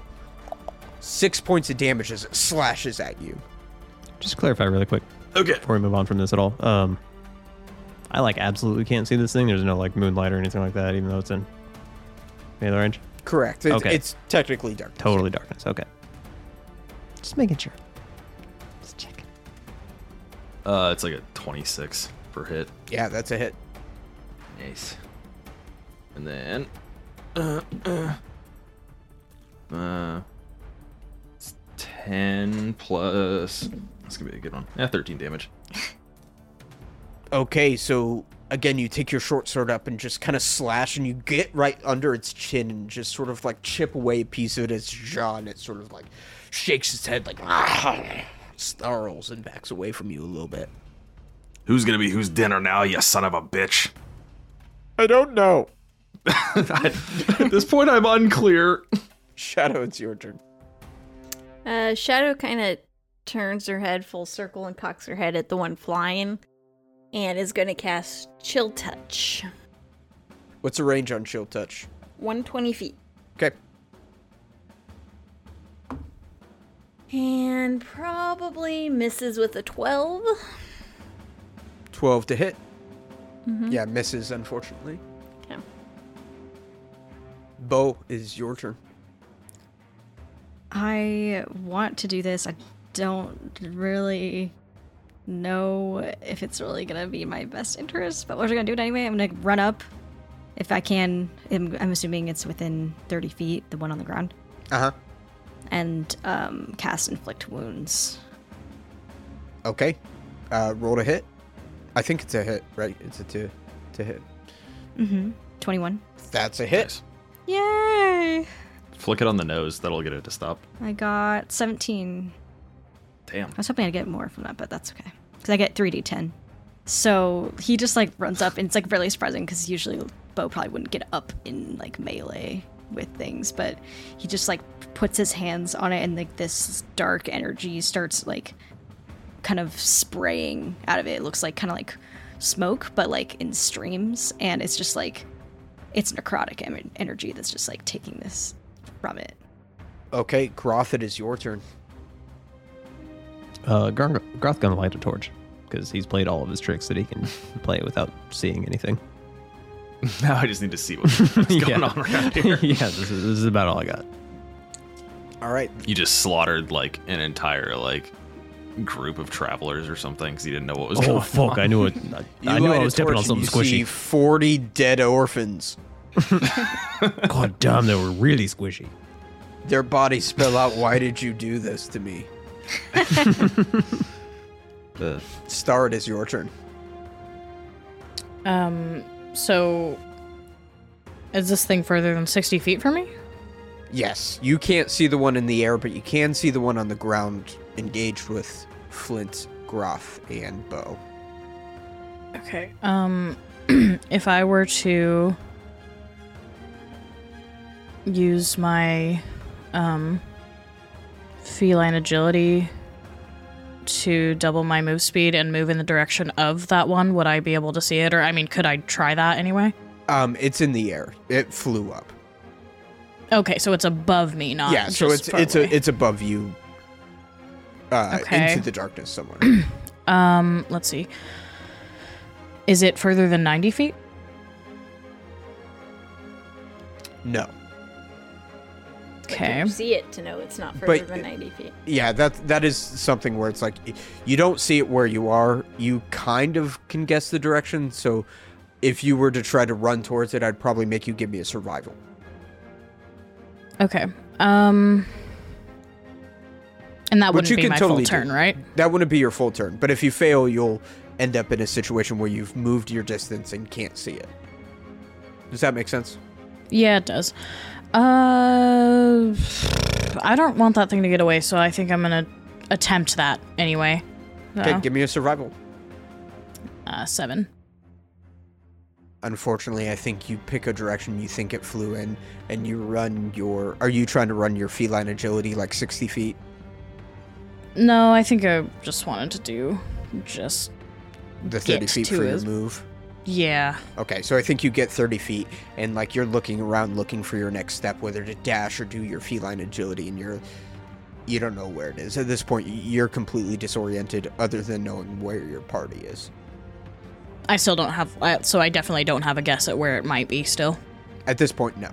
Speaker 6: six points of damage as it slashes at you.
Speaker 7: Just clarify really quick
Speaker 3: Okay.
Speaker 7: before we move on from this at all. Um, I like absolutely can't see this thing. There's no like moonlight or anything like that, even though it's in the other range.
Speaker 6: Correct. It's,
Speaker 7: Okay.
Speaker 6: it's technically dark.
Speaker 7: Totally darkness. Okay. Just making sure. Just checking.
Speaker 3: Uh, it's like a 26 per hit.
Speaker 6: Yeah, that's a hit.
Speaker 3: Nice. And then, uh, uh, uh, it's 10 plus. That's gonna be a good one. Yeah, 13 damage.
Speaker 6: Okay, so again, you take your short sword up and just kind of slash, and you get right under its chin and just sort of like chip away a piece of its jaw, and it sort of like shakes its head, like snarls, and backs away from you a little bit.
Speaker 3: Who's gonna be whose dinner now, you son of a bitch?
Speaker 6: I don't know.
Speaker 3: At this point, I'm unclear.
Speaker 6: Shadow, it's your turn.
Speaker 4: Uh, Shadow kind of turns her head full circle and cocks her head at the one flying, and is going to cast Chill Touch,
Speaker 6: What's the range on Chill Touch?
Speaker 4: 120 feet,
Speaker 6: Okay.
Speaker 4: and probably misses with a 12.
Speaker 6: 12 to hit. Yeah, misses, unfortunately.
Speaker 4: Yeah.
Speaker 6: Bo is your turn.
Speaker 5: I want to do this. I don't really know if it's really gonna be my best interest, but we're gonna do it anyway. I'm gonna run up if I can. I'm, I'm assuming it's within 30 feet, the one on the ground,
Speaker 6: Uh huh.
Speaker 5: and um, cast inflict wounds.
Speaker 6: Okay. Uh, roll to hit. I think it's a hit, right? It's a two to hit.
Speaker 5: 21.
Speaker 6: That's a hit.
Speaker 5: Yay!
Speaker 3: Flick it on the nose. That'll get it to stop.
Speaker 5: I got 17.
Speaker 3: Damn.
Speaker 5: I was hoping I'd get more from that, but that's okay. Because I get 3d10. So he just like runs up, and it's like really surprising because usually Bo probably wouldn't get up in like melee with things, but he just like puts his hands on it, and like this dark energy starts like kind of spraying out of it. It looks like kind of like smoke, but like in streams, and it's just like it's necrotic em- energy that's just like taking this from it.
Speaker 6: Okay, Groth, it is your turn.
Speaker 7: Uh, Gar- Groth gonna light a torch because he's played all of his tricks that he can play without seeing anything.
Speaker 3: Now I just need to see what's going
Speaker 7: Yeah.
Speaker 3: on around
Speaker 7: yeah,
Speaker 3: here.
Speaker 7: this is, this is about all I got.
Speaker 6: All right,
Speaker 3: You just slaughtered like an entire like group of travelers or something because you didn't know what was
Speaker 7: Oh
Speaker 3: going
Speaker 7: fuck!
Speaker 3: on.
Speaker 7: I knew it.
Speaker 6: You
Speaker 7: I knew
Speaker 6: light
Speaker 7: I
Speaker 6: a
Speaker 7: was stepping
Speaker 6: torch
Speaker 7: on
Speaker 6: and
Speaker 7: something
Speaker 6: you see
Speaker 7: squishy.
Speaker 6: Forty dead orphans.
Speaker 7: God damn, they were really squishy.
Speaker 6: Their bodies spell out. Why did you do this to me?
Speaker 7: Ugh.
Speaker 6: Star, it is your turn.
Speaker 1: Um, so is this thing further than 60 feet from me?
Speaker 6: Yes, you can't see the one in the air, but you can see the one on the ground, engaged with Flint, Groth, and Bow.
Speaker 1: Okay. Um, if I were to use my um feline agility to double my move speed and move in the direction of that one, would I be able to see it? Or I mean, could I try that anyway?
Speaker 6: Um, it's in the air. It flew up.
Speaker 1: Okay, so it's above me, not
Speaker 6: yeah, so it's
Speaker 1: just far
Speaker 6: it's
Speaker 1: away.
Speaker 6: a, it's above you. Uh,
Speaker 1: Okay.
Speaker 6: into the darkness somewhere.
Speaker 1: um. Let's see. Is it further than 90 feet?
Speaker 6: no.
Speaker 1: Okay.
Speaker 4: You see it to know it's not further
Speaker 6: But-
Speaker 4: than 90 feet.
Speaker 6: Yeah, that that is something where it's like y- you don't see it where you are. You kind of can guess the direction. So if you were to try to run towards it, I'd probably make you give me a survival.
Speaker 1: Okay. Um. And that wouldn't
Speaker 6: Which you
Speaker 1: be
Speaker 6: can
Speaker 1: my
Speaker 6: totally
Speaker 1: full
Speaker 6: do.
Speaker 1: turn, right?
Speaker 6: That wouldn't be your full turn, but if you fail, you'll end up in a situation where you've moved your distance and can't see it. Does that make sense?
Speaker 1: Yeah, it does. Uh, I don't want that thing to get away, so I think I'm gonna attempt that anyway.
Speaker 6: Okay,
Speaker 1: So,
Speaker 6: give me a survival.
Speaker 1: uh, seven.
Speaker 6: Unfortunately, I think you pick a direction you think it flew in, and you run your. Are you trying to run your feline agility like 60 feet?
Speaker 1: No, I think I just wanted to do just
Speaker 6: The 30
Speaker 1: Get
Speaker 6: feet
Speaker 1: to
Speaker 6: for your
Speaker 1: it.
Speaker 6: move?
Speaker 1: yeah.
Speaker 6: Okay, so I think you get 30 feet, and like you're looking around looking for your next step, whether to dash or do your feline agility, and you're. You don't know where it is. At this point, y- you're completely disoriented, other than knowing where your party is.
Speaker 1: I still don't have, I, so I definitely don't have a guess at where it might be. Still.
Speaker 6: At this point, no.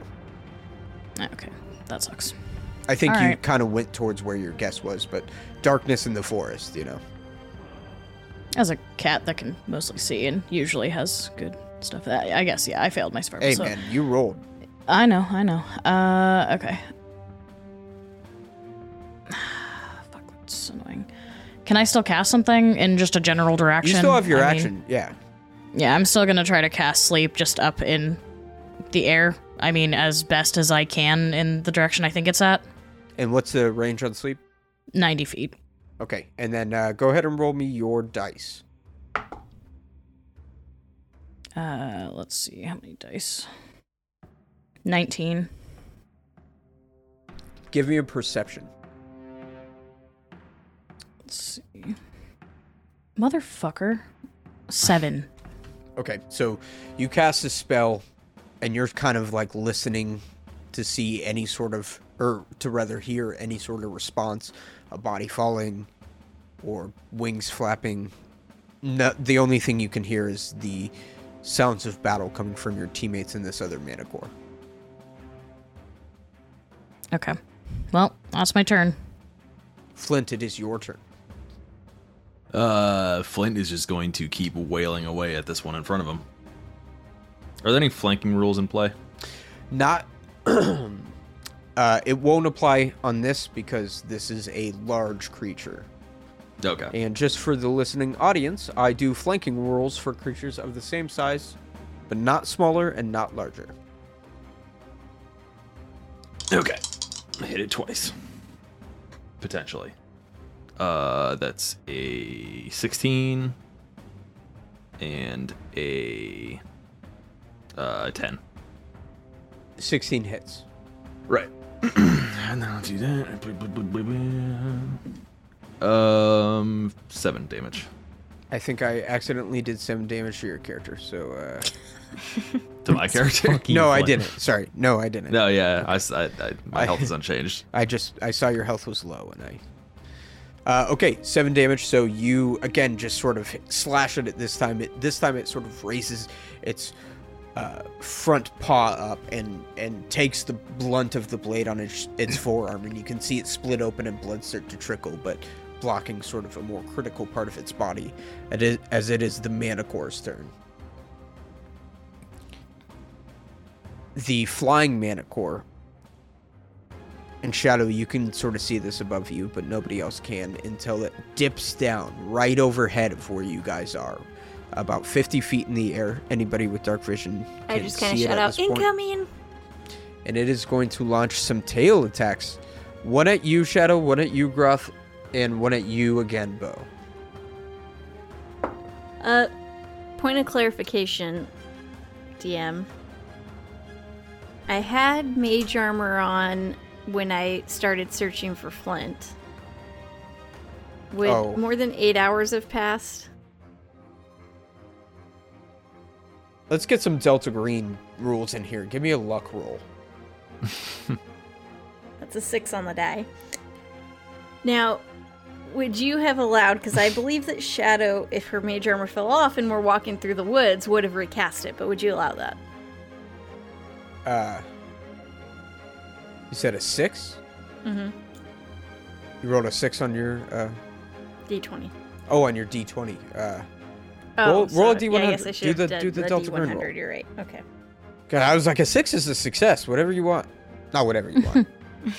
Speaker 1: Okay, that sucks.
Speaker 6: I think
Speaker 1: All
Speaker 6: you
Speaker 1: right.
Speaker 6: kind of went towards where your guess was, but darkness in the forest, you know.
Speaker 1: As a cat that can mostly see and usually has good stuff, I I guess yeah, I failed my survival.
Speaker 6: Hey,
Speaker 1: so-
Speaker 6: man, you rolled.
Speaker 1: I know, I know. Uh, okay. Fuck, that's annoying. Can I still cast something in just a general direction?
Speaker 6: You still have your
Speaker 1: I mean,
Speaker 6: action, yeah.
Speaker 1: yeah, I'm still gonna try to cast sleep just up in the air. I mean, as best as I can in the direction I think it's at.
Speaker 6: And what's the range on sleep?
Speaker 1: 90 feet.
Speaker 6: Okay, and then uh, go ahead and roll me your dice.
Speaker 1: Uh, let's see, how many dice? 19.
Speaker 6: Give me a perception.
Speaker 1: Let's see. Motherfucker. Seven.
Speaker 6: Okay, so you cast a spell, and you're kind of like listening to see any sort of, or to rather hear any sort of response, a body falling, or wings flapping. No, the only thing you can hear is the sounds of battle coming from your teammates in this other manicore.
Speaker 1: Okay. Well, that's my turn.
Speaker 6: Flint, it is your turn.
Speaker 3: Uh, Flint is just going to keep wailing away at this one in front of him. Are there any flanking rules in play?
Speaker 6: Not, uh, it won't apply on this because this is a large creature.
Speaker 3: Okay.
Speaker 6: And just for the listening audience, I do flanking rules for creatures of the same size, but not smaller and not larger.
Speaker 3: Okay. I hit it twice. Potentially. Uh, that's a 16 and a uh, 10.
Speaker 6: 16 hits.
Speaker 3: Right. and then I'll do that. Um, seven damage.
Speaker 6: I think I accidentally did seven damage to your character, so. Uh...
Speaker 3: to my character.
Speaker 7: Fuck you,
Speaker 6: no, I
Speaker 7: Flynn.
Speaker 6: didn't. Sorry. No, I didn't.
Speaker 3: No, yeah, I, s- I- I- my
Speaker 6: I-
Speaker 3: health is unchanged.
Speaker 6: I just I saw your health was low and I uh, okay, seven damage. So you again just sort of slash at it this time. It this time it sort of raises its uh, front paw up and and takes the blunt of the blade on its its forearm, and you can see it split open and blood start to trickle, but blocking sort of a more critical part of its body. It is, as it is the manticore's turn. The flying manticore and Shadow, you can sort of see this above you, but nobody else can until it dips down right overhead of where you guys are, about 50 feet in the air. Anybody with dark vision can
Speaker 4: I just kind of
Speaker 6: see it
Speaker 4: shout
Speaker 6: at
Speaker 4: out,
Speaker 6: this point.
Speaker 4: incoming!
Speaker 6: And it is going to launch some tail attacks. One at you, Shadow. One at you, Groth. And one at you again, Bo.
Speaker 4: Uh, point of clarification, DM. I had mage armor on when I started searching for Flint. Would
Speaker 6: Oh.
Speaker 4: more than eight hours have passed?
Speaker 6: Let's get some Delta Green rules in here. Give me a luck roll.
Speaker 4: That's a six on the die. Now, would you have allowed? Because I believe that Shadow, if her mage armor fell off and we're walking through the woods, would have recast it. But would you allow that?
Speaker 6: Uh, you said a six?
Speaker 4: Mm-hmm.
Speaker 6: You rolled a six on your, uh,
Speaker 4: D twenty.
Speaker 6: oh, on your D20. Uh, Roll-
Speaker 4: Oh,
Speaker 6: roll a
Speaker 4: so- Yeah, I
Speaker 6: D100.
Speaker 4: guess I
Speaker 6: Do
Speaker 4: should
Speaker 6: the-
Speaker 4: have done
Speaker 6: do the Delta Green roll.
Speaker 4: D100. You're right. Okay.
Speaker 6: God, I was like, a six is a success. Whatever you want. Not whatever you want.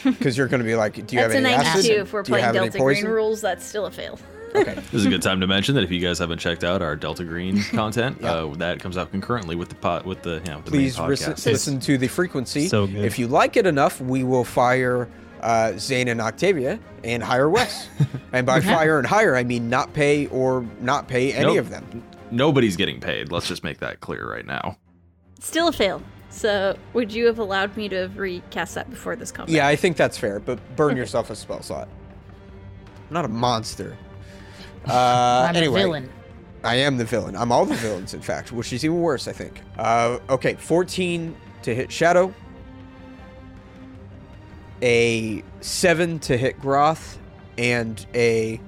Speaker 6: Because you're going to be like, do you
Speaker 4: That's
Speaker 6: have any
Speaker 4: a 92
Speaker 6: acid?
Speaker 4: if we're
Speaker 6: do you
Speaker 4: playing
Speaker 6: have any
Speaker 4: Delta Green
Speaker 6: poison?"
Speaker 4: rules. That's still a fail.
Speaker 6: Okay.
Speaker 3: This is a good time to mention that if you guys haven't checked out our Delta Green content,
Speaker 6: Yeah.
Speaker 3: uh, that comes out concurrently with the pot with the yeah with the
Speaker 6: Please
Speaker 3: main
Speaker 6: listen,
Speaker 3: podcast.
Speaker 6: listen to the frequency.
Speaker 7: So good.
Speaker 6: If you like it enough, we will fire uh, Zane and Octavia and hire Wes. and by fire and hire, I mean not pay or not pay any
Speaker 3: Nope.
Speaker 6: of them.
Speaker 3: Nobody's getting paid. Let's just make that clear right now.
Speaker 4: Still a fail. So, would you have allowed me to have recast that before this combat?
Speaker 6: Yeah, I think that's fair, but burn yourself a spell slot. I'm not a monster. Uh,
Speaker 9: I'm
Speaker 6: anyway.
Speaker 9: a villain.
Speaker 6: I am the villain. I'm all the villains, in fact, which is even worse, I think. Uh, okay, 14 to hit Shadow. A 7 to hit Groth. And a.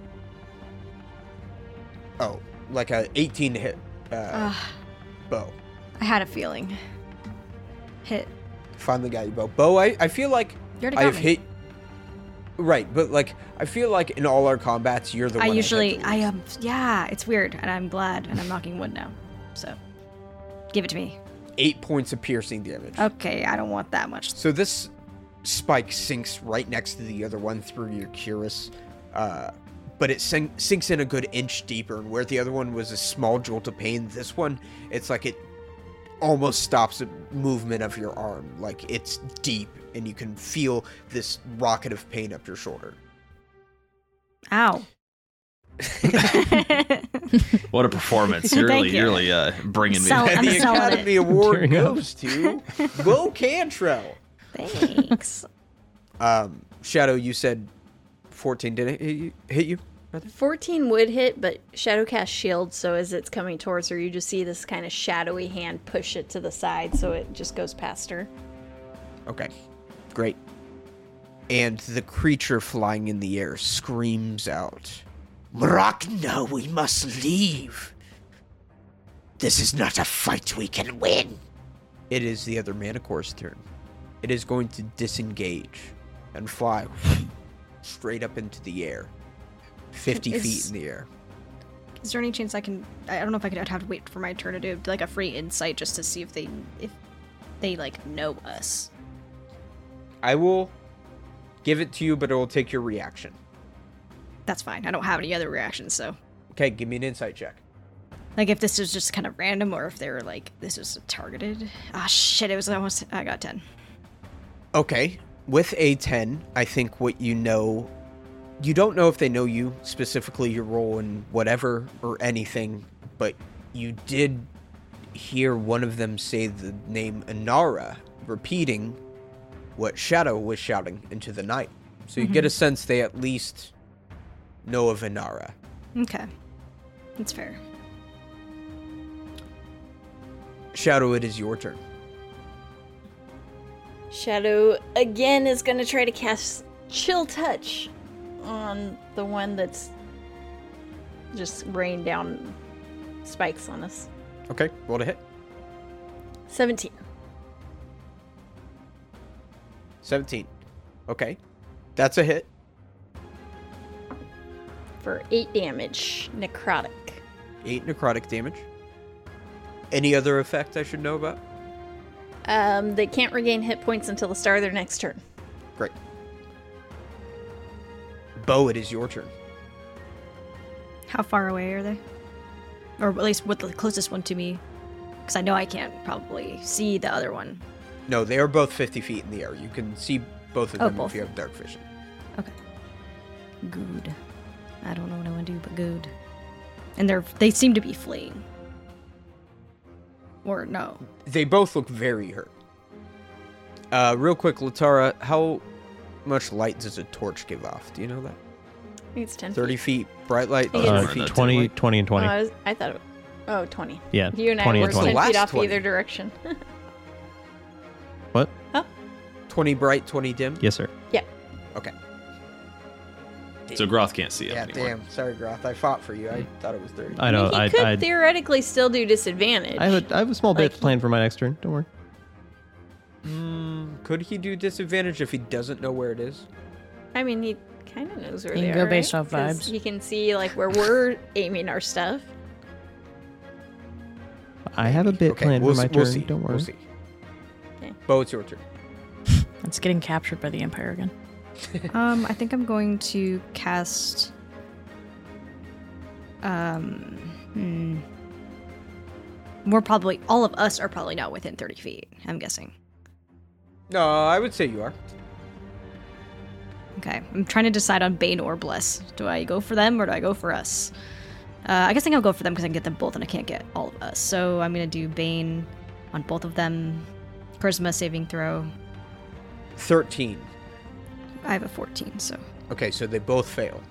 Speaker 6: Oh, like a 18 to hit uh,
Speaker 5: Ugh,
Speaker 6: Bow.
Speaker 5: I had a feeling. Hit.
Speaker 6: Finally got you, Bow. Bow, I, I feel like
Speaker 5: You already got
Speaker 6: I've
Speaker 5: me.
Speaker 6: hit. Right, but like, I feel like in all our combats, you're the one.
Speaker 5: I
Speaker 6: hit
Speaker 5: usually,
Speaker 6: the
Speaker 5: I
Speaker 6: least.
Speaker 5: um, yeah, it's weird, and I'm glad, and I'm knocking wood now. So, give it to me.
Speaker 6: Eight points of piercing damage.
Speaker 5: Okay, I don't want that much.
Speaker 6: So this spike sinks right next to the other one through your cuirass, uh, but it sin- sinks in a good inch deeper. And where the other one was a small jolt of pain, this one it's like it almost stops the movement of your arm. Like it's deep, and you can feel this rocket of pain up your shoulder.
Speaker 5: Ow.
Speaker 3: What a performance! You're
Speaker 5: Thank
Speaker 3: really,
Speaker 5: you.
Speaker 3: you're really uh, bringing me.
Speaker 5: Sell-
Speaker 3: back.
Speaker 5: I'm
Speaker 6: and the
Speaker 5: selling it.
Speaker 6: Academy Award
Speaker 7: Tearing up.
Speaker 6: goes to Will Cantrell.
Speaker 5: Thanks.
Speaker 6: Um, Shadow, you said fourteen didn't hit you. Hit you?
Speaker 4: 14 would hit, but Shadow cast shield, so as it's coming towards her, you just see this kind of shadowy hand push it to the side so it just goes past her.
Speaker 6: Okay. Great. And the creature flying in the air screams out.
Speaker 8: Mrakna, we must leave. This is not a fight we can win.
Speaker 6: It is the other manticore's turn. It is going to disengage and fly straight up into the air. 50
Speaker 5: Is-
Speaker 6: feet in the air.
Speaker 5: Is there any chance I can? I I don't know if I could. I'd have to wait for my turn to do like a free insight just to see if they, if they like know us.
Speaker 6: I will give it to you, but it will take your reaction.
Speaker 5: That's fine. I don't have any other reactions, so
Speaker 6: Okay, give me an insight check.
Speaker 5: like if this was just kind of random or if they were like this was targeted. Ah shit! It was almost. I got ten.
Speaker 6: Okay. With a 10, I think what you know, you don't know if they know you, specifically your role in whatever or anything, but you did hear one of them say the name Inara, repeating what Shadow was shouting into the night. Mm-hmm. So you get a sense they at least know of Inara.
Speaker 5: Okay. That's fair.
Speaker 6: Shadow, it is your turn.
Speaker 4: Shadow again is going to try to cast Chill Touch on the one that's just rained down spikes on us.
Speaker 6: Okay, roll to hit.
Speaker 4: 17.
Speaker 6: 17. Okay. That's a hit.
Speaker 4: for 8 damage, necrotic.
Speaker 6: 8 necrotic damage. Any other effect I should know about?
Speaker 4: Um, they can't regain hit points until the start of their next turn.
Speaker 6: Great. Bo, it is your turn.
Speaker 5: How far away are they? Or at least what the closest one to me? Because I know I can't probably see the other one.
Speaker 6: No, they are both 50 feet in the air. You can see both of
Speaker 5: Oh,
Speaker 6: them
Speaker 5: both.
Speaker 6: if you have dark vision.
Speaker 5: Okay. Good. I don't know what I want to do, but good. And they're they seem to be fleeing. Or no.
Speaker 6: They both look very hurt. Uh, real quick, Latara, how much light does a torch give off? Do you know that?
Speaker 4: It's 10
Speaker 6: 30
Speaker 4: feet.
Speaker 6: feet bright light,
Speaker 4: Yeah.
Speaker 6: 30
Speaker 7: Uh,
Speaker 6: feet dim
Speaker 7: 20,
Speaker 6: light?
Speaker 7: 20 and
Speaker 4: Oh,
Speaker 7: 20.
Speaker 4: I, was, I thought it was, Oh, 20.
Speaker 7: yeah.
Speaker 4: You and I
Speaker 7: 20
Speaker 4: were
Speaker 7: and 20.
Speaker 4: 10 feet
Speaker 6: Last
Speaker 4: off
Speaker 6: 20.
Speaker 4: either direction.
Speaker 7: What?
Speaker 6: 20 bright, 20 dim?
Speaker 7: Yes, sir.
Speaker 6: Okay.
Speaker 7: uh,
Speaker 3: So Groth can't see it
Speaker 6: Yeah,
Speaker 3: anymore.
Speaker 6: damn. Sorry, Groth. I fought for you. I thought it was 30.
Speaker 7: I know.
Speaker 4: he
Speaker 7: I,
Speaker 4: could
Speaker 7: I,
Speaker 4: theoretically still do disadvantage.
Speaker 7: I, have a, I have a small bit
Speaker 4: Like-
Speaker 7: planned for my next turn. Don't worry.
Speaker 6: Mm, could he do disadvantage if he doesn't know where it is?
Speaker 4: I mean, he kind of knows where
Speaker 1: You
Speaker 4: they
Speaker 1: can
Speaker 4: are,
Speaker 1: go based
Speaker 4: right?
Speaker 1: off
Speaker 4: 'Cause
Speaker 1: vibes.
Speaker 4: He can see, like, where we're aiming our stuff.
Speaker 7: I have a bit planned
Speaker 6: we'll,
Speaker 7: for my
Speaker 6: s- we'll
Speaker 7: turn.
Speaker 6: see.
Speaker 7: Don't worry.
Speaker 6: We'll see.
Speaker 4: Okay.
Speaker 6: Bo, it's your turn.
Speaker 1: It's getting captured by the Empire again.
Speaker 5: um, I think I'm going to cast. Um, hmm. We're probably all of us are probably not within thirty feet. I'm guessing.
Speaker 6: No, I would say you are.
Speaker 5: Okay, I'm trying to decide on Bane or Bless. Do I go for them or do I go for us? Uh, I guess I think I'll go for them because I can get them both and I can't get all of us. So I'm gonna do Bane on both of them. Charisma saving throw.
Speaker 6: 13.
Speaker 5: I have a 14, so
Speaker 6: Okay, so they both fail.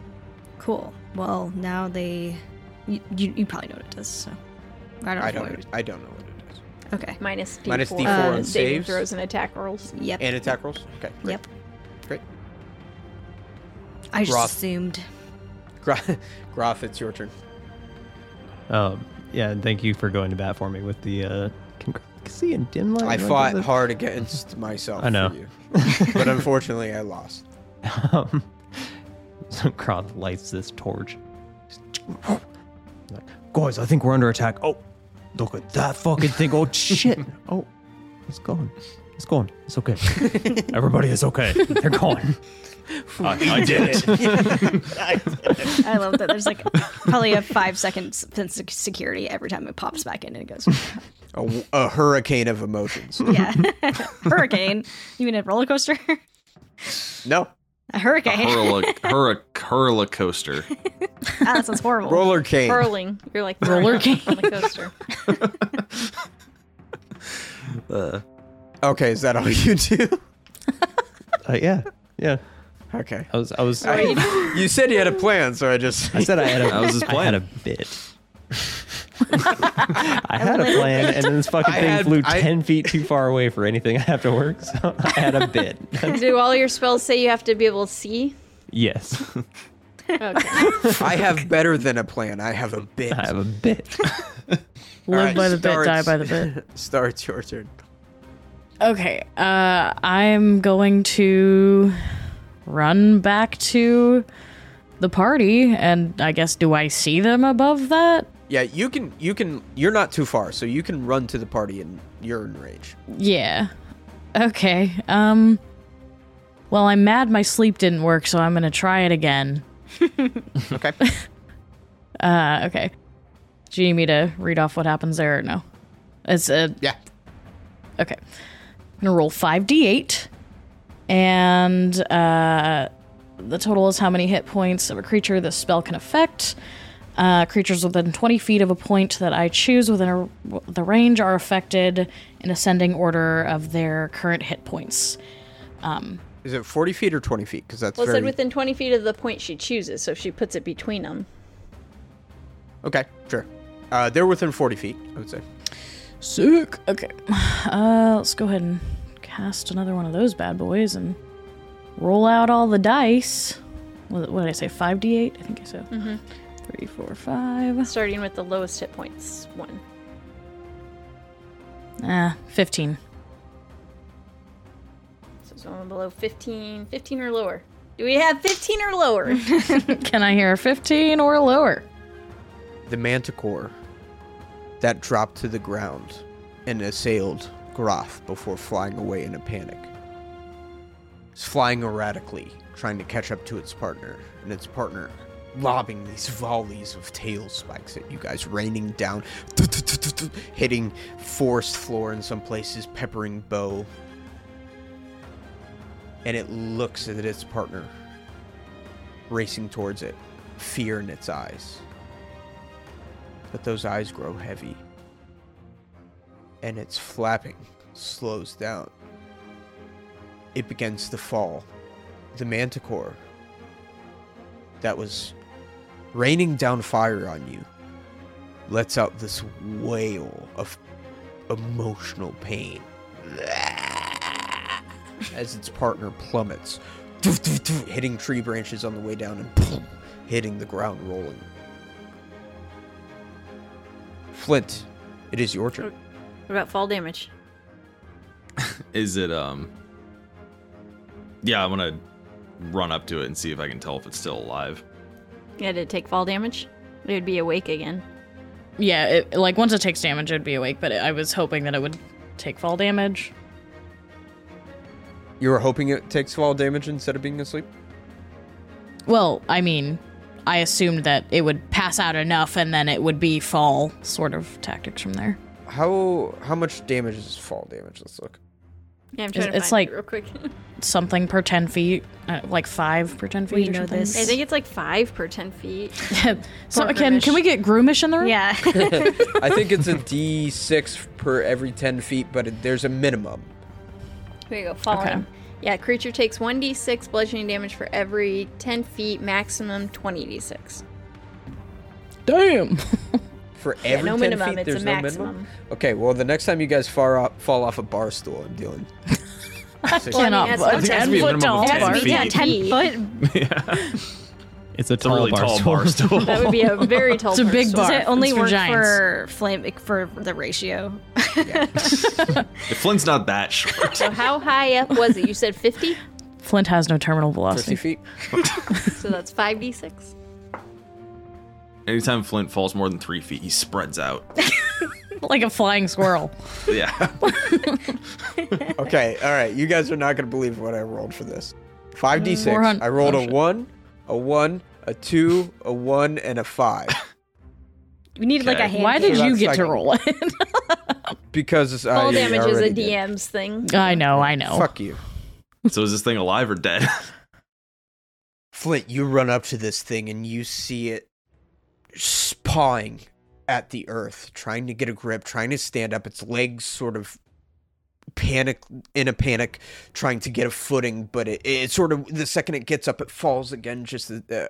Speaker 5: cool. Well, now they. You, you, you probably know what it does, so. I don't know.
Speaker 6: I
Speaker 5: if
Speaker 6: don't.
Speaker 5: what
Speaker 6: know-
Speaker 5: it-
Speaker 6: I don't know what it is.
Speaker 5: Okay.
Speaker 4: Minus D4.
Speaker 6: Minus D4
Speaker 5: on
Speaker 4: on saving
Speaker 6: saves.
Speaker 4: throws and attack rolls.
Speaker 5: Yep.
Speaker 6: And attack rolls. Okay. Great.
Speaker 5: Yep.
Speaker 6: Great.
Speaker 5: I just
Speaker 6: Roth.
Speaker 5: assumed.
Speaker 6: Groth, Groth, it's your turn.
Speaker 7: Um, yeah, and thank you for going to bat for me with the uh, see and dim light.
Speaker 6: I
Speaker 7: What is
Speaker 6: fought
Speaker 7: it?
Speaker 6: hard against myself.
Speaker 7: I know.
Speaker 6: For you. but unfortunately, I lost.
Speaker 7: Um, so Kroth lights this torch. Like, guys, I think we're under attack. Oh, look at that fucking thing. Oh shit. Oh, it's gone. It's gone. It's okay. Everybody is okay. They're gone.
Speaker 3: I, I did it.
Speaker 5: I love that there's like probably a five second s- sense of security every time it pops back in and it goes,
Speaker 6: A, w- a hurricane of emotions.
Speaker 5: yeah. hurricane. You mean a roller coaster?
Speaker 6: No.
Speaker 5: a hurricane.
Speaker 3: Hurla, hurla, hurla coaster.
Speaker 5: ah, that sounds horrible.
Speaker 6: Roller cane.
Speaker 4: Hurling. You're like roller game on the coaster.
Speaker 3: Uh,
Speaker 6: Okay, is that all you do?
Speaker 7: Uh, yeah, yeah.
Speaker 6: Okay.
Speaker 7: I was, I was. I,
Speaker 6: I- you said you had a plan, so I just.
Speaker 7: said I had a.
Speaker 3: That was his
Speaker 7: I had
Speaker 3: plan.
Speaker 7: a bit. I had a plan, and then this fucking
Speaker 6: I
Speaker 7: thing
Speaker 6: had-
Speaker 7: flew
Speaker 6: I-
Speaker 7: ten feet too far away for anything I have to work. So I had a bit.
Speaker 4: Do all your spells say you have to be able to see?
Speaker 7: yes,
Speaker 4: Okay.
Speaker 6: I have better than a plan. I have a bit.
Speaker 7: I have a bit.
Speaker 1: Live
Speaker 6: right,
Speaker 1: by the bit, die
Speaker 6: starts.
Speaker 1: by the bit.
Speaker 6: Star, it's your turn.
Speaker 1: Okay, uh, I'm going to run back to the party, and I guess do I see them above that?
Speaker 6: Yeah, you can. You can. You're not too far, so you can run to the party, and you're in range.
Speaker 1: Yeah. Okay. Um. Well, I'm mad my sleep didn't work, so I'm gonna try it again.
Speaker 6: Okay.
Speaker 1: Uh. Okay. Do you need me to read off what happens there or no? It's a
Speaker 6: yeah.
Speaker 1: Okay. I'm going to roll 5d8. And uh, the total is how many hit points of a creature this spell can affect. Uh, creatures within 20 feet of a point that I choose within a, the range are affected in ascending order of their current hit points.
Speaker 6: Is it 40 feet or 20 feet? Because that's
Speaker 4: Well, it
Speaker 6: very.
Speaker 4: said within 20 feet of the point she chooses, so if she puts it between them.
Speaker 6: Okay, sure. Uh, they're within 40 feet, I would say.
Speaker 1: Sick. Okay. Uh, let's go ahead and cast another one of those bad boys and roll out all the dice. What what did I say? 5d8? I think I said. Mm-hmm. Three, four, five.
Speaker 4: Starting with the lowest hit points one.
Speaker 1: Ah, 15.
Speaker 4: So someone below 15, 15 or lower. Do we have 15 or lower?
Speaker 1: Can I hear 15 or lower?
Speaker 6: The manticore that dropped to the ground and assailed Groth before flying away in a panic. It's flying erratically, trying to catch up to its partner, and its partner lobbing these volleys of tail spikes at you guys, raining down, hitting forest floor in some places, peppering bow. And it looks at its partner, racing towards it, fear in its eyes. But those eyes grow heavy, and its flapping slows down. It begins to fall. The manticore that was raining down fire on you lets out this wail of emotional pain as its partner plummets, hitting tree branches on the way down and hitting the ground rolling. Flint, it is your turn.
Speaker 4: What about fall damage?
Speaker 3: Is it um? Yeah, I'm gonna run up to it and see if I can tell if it's still alive.
Speaker 4: Yeah, did it take fall damage? It would be awake again.
Speaker 1: Yeah, it, like once it takes damage, it'd be awake, but I was hoping that it would take fall damage.
Speaker 6: You were hoping it takes fall damage instead of being asleep?
Speaker 1: Well, I mean, I assumed that it would pass out enough and then it would be fall sort of tactics from there.
Speaker 6: How how much damage is fall damage? Let's look.
Speaker 4: Yeah, I'm trying to
Speaker 1: it's
Speaker 4: find
Speaker 1: like-
Speaker 4: it real quick.
Speaker 1: Something per 10 feet, uh, like 5 per 10 feet.
Speaker 5: We
Speaker 1: or
Speaker 5: know
Speaker 1: something.
Speaker 5: this.
Speaker 4: I think it's like five per ten feet.
Speaker 1: So,
Speaker 4: Poor
Speaker 1: can, can we get Groomish in the room?
Speaker 5: Yeah.
Speaker 6: I think it's a D6 per every 10 feet, but it, there's a minimum.
Speaker 4: Here you go, following.
Speaker 1: Okay.
Speaker 4: him. Yeah, creature takes 1d6 bludgeoning damage for every 10 feet, maximum 20d6.
Speaker 1: Damn.
Speaker 6: For every
Speaker 4: no
Speaker 6: 10
Speaker 4: minimum,
Speaker 6: feet,
Speaker 4: it's
Speaker 6: there's
Speaker 4: a
Speaker 6: no minimum.
Speaker 4: maximum.
Speaker 6: Okay, well, the next time you guys far off, fall off a bar stool, I'm dealing. Six.
Speaker 1: Cannot.
Speaker 4: that's-
Speaker 1: a
Speaker 4: that's
Speaker 1: 10
Speaker 4: gotta be
Speaker 3: a
Speaker 1: foot
Speaker 3: minimum of
Speaker 1: tall
Speaker 3: 10
Speaker 1: bar.
Speaker 3: feet.
Speaker 5: yeah, 10
Speaker 4: feet.
Speaker 5: foot.
Speaker 7: It's a
Speaker 3: It's a
Speaker 7: tall
Speaker 3: really
Speaker 7: bar
Speaker 3: tall
Speaker 7: stool.
Speaker 3: bar stool.
Speaker 4: That would be a very tall
Speaker 1: It's a big
Speaker 4: person.
Speaker 1: bar.
Speaker 5: Does it only
Speaker 1: It's for
Speaker 5: work
Speaker 1: giants.
Speaker 5: for flame for the ratio?
Speaker 3: If Flint's not that short.
Speaker 4: So how high up was it? You said 50?
Speaker 1: Flint has no terminal
Speaker 6: 50
Speaker 1: velocity.
Speaker 6: feet.
Speaker 4: So that's 5d6.
Speaker 3: Anytime Flint falls more than three feet, he spreads out.
Speaker 1: Like a flying squirrel.
Speaker 3: Yeah.
Speaker 6: Okay, all right. You guys are not going to believe what I rolled for this.
Speaker 4: Mm,
Speaker 6: 5d6.
Speaker 1: 400
Speaker 6: I rolled
Speaker 1: oh,
Speaker 6: a
Speaker 1: shit.
Speaker 6: 1, a 1, a 2, a 1, and a 5.
Speaker 5: We needed like a
Speaker 3: Okay.
Speaker 5: hand.
Speaker 1: Why did
Speaker 6: So
Speaker 1: you
Speaker 6: that's
Speaker 1: get to
Speaker 6: like-
Speaker 1: roll it?
Speaker 6: Because I
Speaker 4: Fall damage is
Speaker 6: already
Speaker 4: a
Speaker 6: did.
Speaker 4: DM's thing.
Speaker 1: I know, I know.
Speaker 6: Fuck you.
Speaker 3: So is this thing alive or dead?
Speaker 6: Flint, you run up to this thing and you see it s- pawing at the earth, trying to get a grip, trying to stand up, its legs sort of panic in a panic, trying to get a footing, but it, it sort of the second it gets up, it falls again, just uh,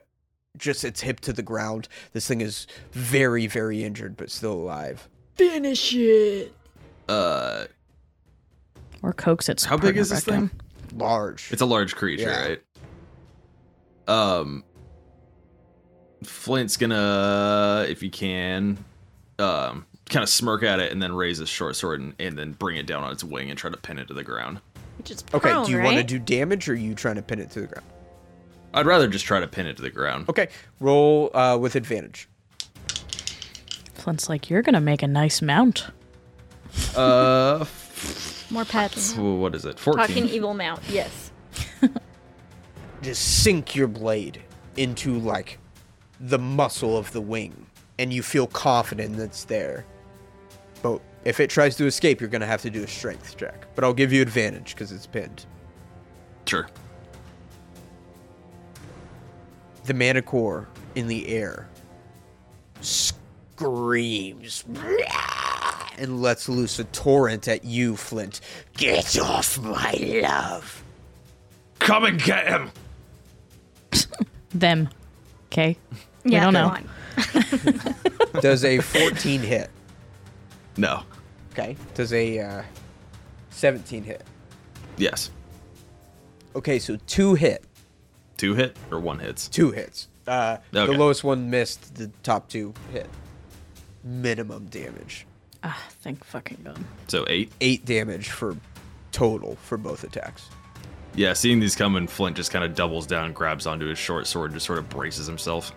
Speaker 6: just its hip to the ground. This thing is very, very injured, but still alive.
Speaker 3: Uh,
Speaker 1: Or coax its
Speaker 3: how big
Speaker 1: partner
Speaker 3: is this
Speaker 1: back down.
Speaker 3: thing?
Speaker 6: Large.
Speaker 3: It's a large creature,
Speaker 6: Yeah.
Speaker 3: right? Um, Flint's gonna, if he can, um, kind of smirk at it and then raise his short sword and, and then bring it down on its wing and try to pin it to the ground.
Speaker 4: Which is
Speaker 6: okay.
Speaker 4: prone,
Speaker 6: do you want to
Speaker 4: Oh, right?
Speaker 6: do damage, or are you trying to pin it to the ground?
Speaker 3: I'd rather just try to pin it to the ground.
Speaker 6: Okay, roll uh, with advantage.
Speaker 1: Flint's like, you're gonna make a nice mount.
Speaker 3: Uh, f-
Speaker 5: More pets.
Speaker 3: what is it? Fourteen.
Speaker 4: Talking e- evil mount, yes.
Speaker 6: just sink your blade into like the muscle of the wing and you feel confident that's there but if it tries to escape you're gonna have to do a strength check but i'll give you advantage because it's pinned
Speaker 3: Sure.
Speaker 6: the manticore in the air screams and lets loose a torrent at you flint
Speaker 8: Get off my love.
Speaker 3: Come and get him.
Speaker 1: Them. Okay.
Speaker 5: Yeah,
Speaker 1: don't
Speaker 5: go
Speaker 1: know.
Speaker 5: on.
Speaker 6: Does a 14 hit?
Speaker 3: No.
Speaker 6: Okay. Does a uh, 17 hit?
Speaker 3: Yes.
Speaker 6: Okay, so two hit,
Speaker 3: Two hit or one hits?
Speaker 6: two hits. Uh,
Speaker 3: Okay.
Speaker 6: The lowest one missed. The top two hit. Minimum damage.
Speaker 1: Ah, thank fucking God.
Speaker 3: So eight.
Speaker 6: Eight damage for total for both attacks.
Speaker 3: Yeah, seeing these coming, Flint just kind of doubles down, grabs onto his short sword, just sort of braces himself.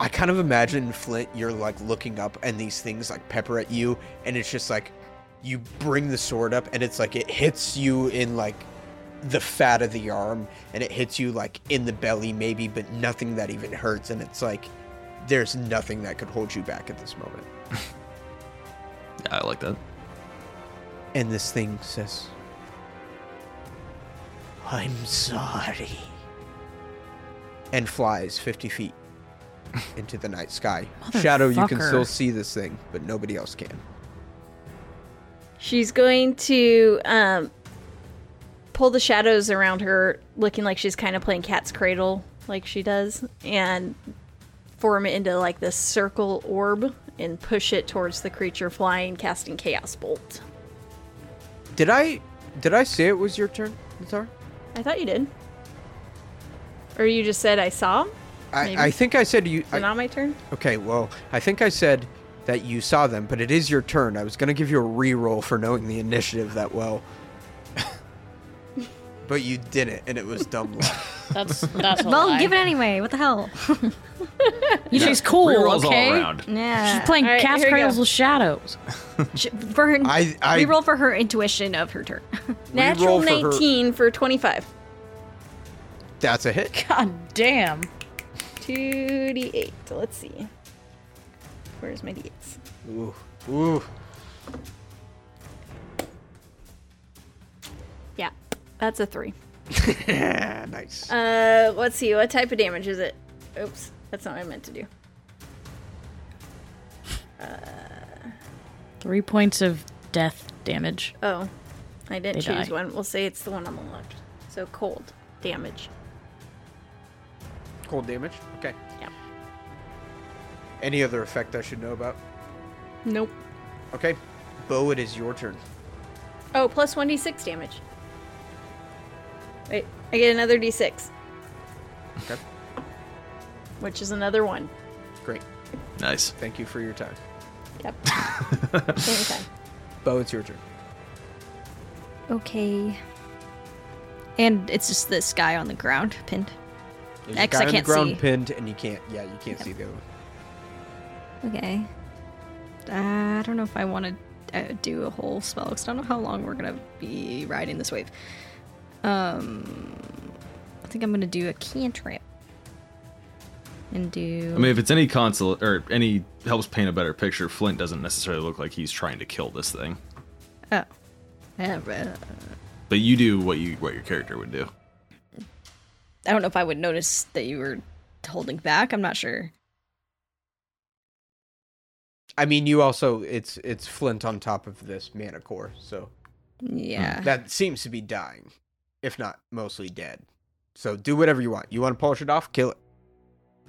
Speaker 6: I kind of imagine Flint, you're like looking up and these things like pepper at you, and it's just like you bring the sword up and it's like it hits you in like the fat of the arm and it hits you like in the belly maybe, but nothing that even hurts. And it's like there's nothing that could hold you back at this moment.
Speaker 3: Yeah, I like that.
Speaker 6: And this thing says,
Speaker 8: I'm sorry.
Speaker 6: and flies 50 feet into the night sky. Shadow, you can still
Speaker 1: Motherfucker.
Speaker 6: see this thing, but nobody else can.
Speaker 4: She's going to um, pull the shadows around her, looking like she's kind of playing cat's cradle, like she does, and form it into like this circle orb and push it towards the creature flying, casting chaos bolt.
Speaker 6: Did I did I say it was your turn, Natar?
Speaker 4: I thought you did. Or you just said I saw him? Maybe.
Speaker 6: I, I think I said you.
Speaker 4: Is
Speaker 6: I,
Speaker 4: it not my turn?
Speaker 6: Okay, well, I think I said that you saw them, but it is your turn. I was going to give you a reroll for knowing the initiative that well. but you didn't, and it was dumb luck.
Speaker 9: That's that's a
Speaker 5: Well,
Speaker 9: lie.
Speaker 5: give it anyway. What the hell?
Speaker 1: She's cool,
Speaker 3: Rerolls
Speaker 1: okay?
Speaker 3: all around.
Speaker 5: Yeah.
Speaker 1: She's playing
Speaker 4: All right,
Speaker 1: cast
Speaker 4: here we
Speaker 1: cradles
Speaker 4: go.
Speaker 1: with shadows.
Speaker 5: Sh- for her,
Speaker 6: I- I-
Speaker 5: we roll for her intuition of her turn.
Speaker 4: Natural
Speaker 6: for her.
Speaker 4: 19 for 25.
Speaker 6: That's a hit.
Speaker 1: God damn.
Speaker 4: 2d8. So let's see. Where's my d8s?
Speaker 6: Ooh, ooh.
Speaker 4: Yeah, that's a 3.
Speaker 6: nice.
Speaker 4: Uh, let's see. What type of damage is it? Oops, that's not what I meant to do.
Speaker 1: Three points of death damage.
Speaker 4: Oh, I didn't
Speaker 1: They
Speaker 4: choose
Speaker 1: die.
Speaker 4: one. We'll say it's the one on the left. So cold damage.
Speaker 6: Cold damage. Okay.
Speaker 4: Yep.
Speaker 6: Any other effect I should know about?
Speaker 4: Nope.
Speaker 6: Okay. Bo, it is your turn.
Speaker 4: Oh, plus 1d6 damage. Wait, I get another d6.
Speaker 6: Okay.
Speaker 4: Which is another one.
Speaker 6: Great.
Speaker 3: Nice.
Speaker 6: Thank you for your time.
Speaker 4: Yep. Anytime.
Speaker 6: Bo, it's your turn.
Speaker 5: Okay. And it's just this guy on the ground pinned.
Speaker 6: There's
Speaker 5: X,
Speaker 6: a guy
Speaker 5: I
Speaker 6: on
Speaker 5: can't
Speaker 6: the ground
Speaker 5: see.
Speaker 6: pinned, and you can't. Yeah, you can't see the other one.
Speaker 5: Okay. Uh, I don't know if I want to uh, do a whole spell because I don't know how long we're gonna be riding this wave. Um, I think I'm gonna do a cantrip and do.
Speaker 3: I mean, if it's any console or any helps paint a better picture, Flint doesn't necessarily look like he's trying to kill this thing.
Speaker 5: oh. Uh, uh,
Speaker 3: But you do what you what your character would do.
Speaker 5: I don't know if I would notice that you were holding back. I'm not sure.
Speaker 6: I mean, you also it's it's Flint on top of this manacore, so
Speaker 3: Hmm.
Speaker 5: Yeah.
Speaker 6: that seems to be dying, if not mostly dead. So do whatever you want. You want to polish it off, kill it.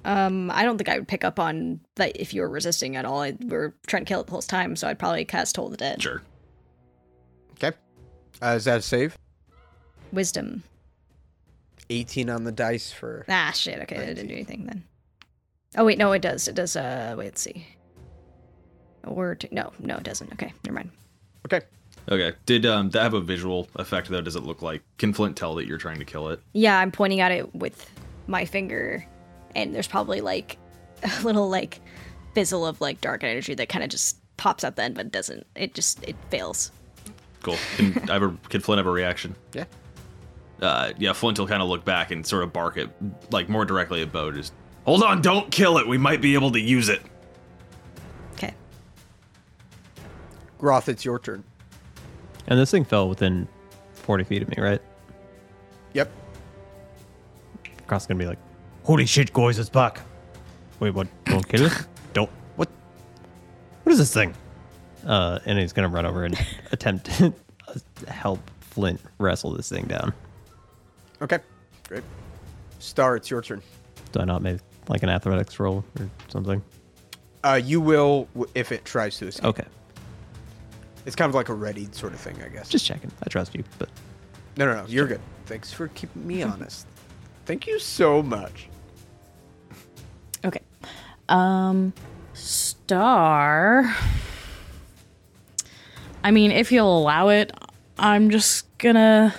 Speaker 5: Um, I don't think I would pick up on that if you were resisting at all. I, we are trying to kill it the whole time, so I'd probably cast Hold the Dead.
Speaker 3: Sure.
Speaker 6: Okay. Uh, is that a save?
Speaker 5: Wisdom.
Speaker 6: 18 on the dice for.
Speaker 5: Ah, shit. Okay, it didn't do anything then. Oh wait, no, it does. It does. Uh, wait, let's see. Or two. No, no, it doesn't. Okay, never mind.
Speaker 6: Okay.
Speaker 3: Okay. Did um that have a visual effect though? Does it look like can Flint tell that you're trying to kill it?
Speaker 5: Yeah, I'm pointing at it with my finger, and there's probably like a little like fizzle of like dark energy that kind of just pops out the end, but it doesn't. It just it fails.
Speaker 3: Cool. Can I have a, can Flint have a reaction?
Speaker 6: Yeah.
Speaker 3: Uh, yeah. Flint will kind of look back and sort of bark at like more directly at Bo. Just hold on, don't kill it. We might be able to use it.
Speaker 5: Okay.
Speaker 6: Groth, it's your turn.
Speaker 7: And this thing fell within 40 feet of me, right?
Speaker 6: Yep.
Speaker 7: Cross gonna be like, "Holy shit, guys, it's back!" Wait, what? Don't kill it. Don't. What? What is this thing? Uh, and he's gonna run over and attempt to help Flint wrestle this thing down.
Speaker 6: Okay. Great. Star, it's your turn.
Speaker 7: Do I not make like an athletics roll or something?
Speaker 6: Uh, you will w- if it tries to escape.
Speaker 7: Okay.
Speaker 6: It's kind of like a readied sort of thing, I guess.
Speaker 7: Just checking. I trust you, but
Speaker 6: no, no, no. You're good. Thanks for keeping me honest. Thank you so much.
Speaker 1: Okay. Um Star. I mean, if you'll allow it, I'm just gonna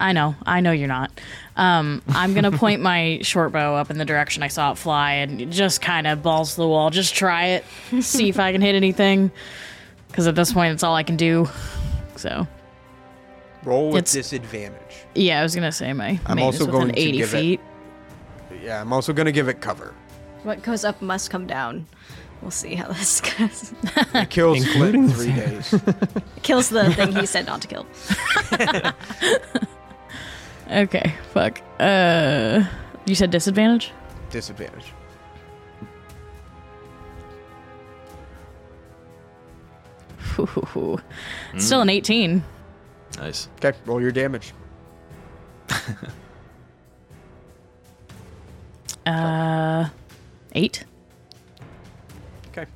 Speaker 1: I know, I know you're not. Um, I'm gonna point my short bow up in the direction I saw it fly and just kind of balls to the wall. Just try it, see if I can hit anything. Because at this point, it's all I can do. So,
Speaker 6: Roll with
Speaker 1: It's-
Speaker 6: disadvantage.
Speaker 1: yeah, I was gonna say my.
Speaker 6: I'm
Speaker 1: main
Speaker 6: also
Speaker 1: is within
Speaker 6: going to
Speaker 1: 80
Speaker 6: give it-
Speaker 1: feet.
Speaker 6: Yeah, I'm also gonna give it cover.
Speaker 5: What goes up must come down. We'll see how this goes.
Speaker 6: It kills Flint in three days.
Speaker 5: Kills the thing he said not to kill.
Speaker 1: Okay, fuck. Uh, you said disadvantage.
Speaker 6: disadvantage.
Speaker 1: Ooh. It's Still an 18.
Speaker 3: Nice.
Speaker 6: Okay, roll your damage.
Speaker 1: Uh, eight.
Speaker 6: Okay.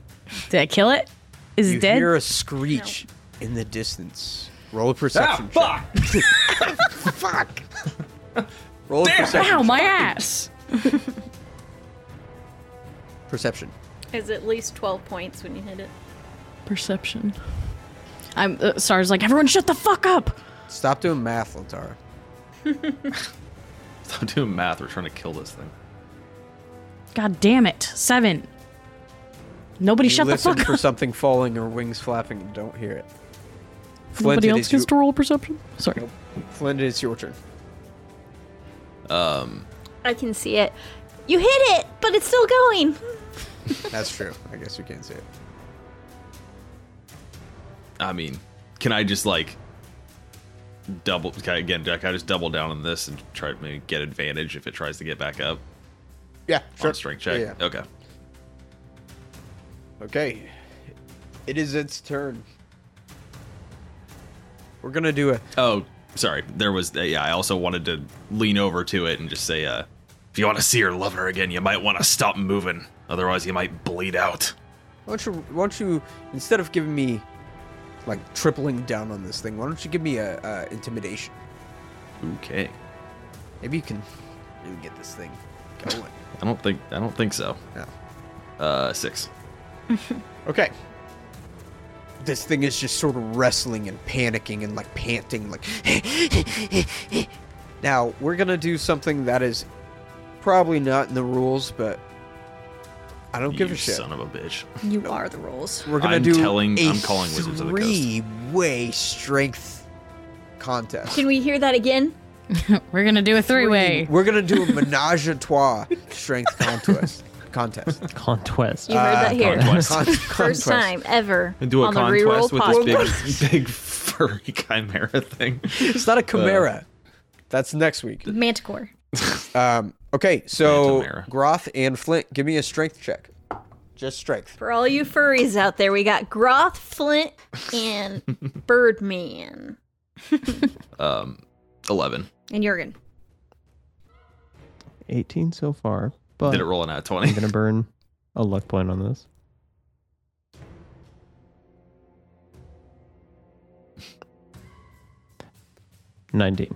Speaker 1: Did I kill it? Is
Speaker 6: You
Speaker 1: it dead?
Speaker 6: hear a screech in the distance. Roll a perception
Speaker 7: Ah,
Speaker 6: check. Fuck! fuck! Roll a perception.
Speaker 1: Ow, my ass!
Speaker 6: Perception.
Speaker 4: Is at least 12 points when you hit it.
Speaker 1: Perception. I'm uh, Sar's like everyone, shut the fuck up.
Speaker 6: Stop doing math, Lotara.
Speaker 3: Stop doing math. We're trying to kill this thing.
Speaker 1: God damn it, seven. Nobody
Speaker 6: You
Speaker 1: shut the
Speaker 6: listen
Speaker 1: fuck
Speaker 6: for
Speaker 1: up.
Speaker 6: something falling or wings flapping and don't hear it. Flint,
Speaker 1: Nobody
Speaker 6: it
Speaker 1: else
Speaker 6: is, you-
Speaker 1: gets to roll perception. Sorry.
Speaker 6: Flint, it is your turn.
Speaker 4: I can see it. You hit it, but it's still going.
Speaker 6: That's true. I guess you can't say it.
Speaker 3: I mean, can I just like double? Can I, again, can I just double down on this and try to maybe get advantage if it tries to get back up
Speaker 6: Yeah,
Speaker 3: on a strength check?
Speaker 6: Yeah, yeah.
Speaker 3: Okay.
Speaker 6: Okay. It is its turn. We're gonna do a
Speaker 3: Oh, sorry. There was. uh, yeah, I also wanted to lean over to it and just say, uh, if you want to see her, love her again, you might want to stop moving. Otherwise, you might bleed out.
Speaker 6: Why don't you, why don't you instead of giving me like tripling down on this thing, why don't you give me a, a intimidation?
Speaker 3: Okay.
Speaker 6: Maybe you can really get this thing going.
Speaker 3: I don't think. I don't think so.
Speaker 6: No.
Speaker 3: Uh, six.
Speaker 6: Okay. This thing is just sort of wrestling and panicking and like panting, like. now we're gonna do something that is probably not in the rules, but I don't give
Speaker 3: you
Speaker 6: a shit.
Speaker 3: Son of a bitch.
Speaker 5: You are the rules.
Speaker 6: We're gonna
Speaker 3: I'm
Speaker 6: do
Speaker 3: telling-
Speaker 6: a
Speaker 3: I'm calling Wizards of the Coast.
Speaker 6: three-way strength contest.
Speaker 4: Can we hear that again?
Speaker 1: We're gonna do a
Speaker 6: Three.
Speaker 1: three-way.
Speaker 6: We're gonna do a menage a trois strength contest. Contest.
Speaker 7: Conquest.
Speaker 4: You heard that here.
Speaker 3: Ah, Conquest.
Speaker 6: Con-
Speaker 4: First
Speaker 6: contest.
Speaker 4: time ever
Speaker 3: And do a
Speaker 4: on the reroll
Speaker 3: conquest with
Speaker 4: podcast.
Speaker 3: this big, big furry chimera thing.
Speaker 6: It's not a chimera. That's next week.
Speaker 5: Manticore.
Speaker 6: Um, okay, so
Speaker 3: Chimera.
Speaker 6: Groth and Flint, give me a strength check. Just strength.
Speaker 4: For all you furries out there, we got Groth, Flint, and Birdman.
Speaker 3: Um, eleven.
Speaker 5: And Jurgen.
Speaker 7: 18 Uh, so far, but
Speaker 3: Did it roll an at
Speaker 7: I'm
Speaker 3: twenty?
Speaker 7: going to burn a luck point on this. Nineteen.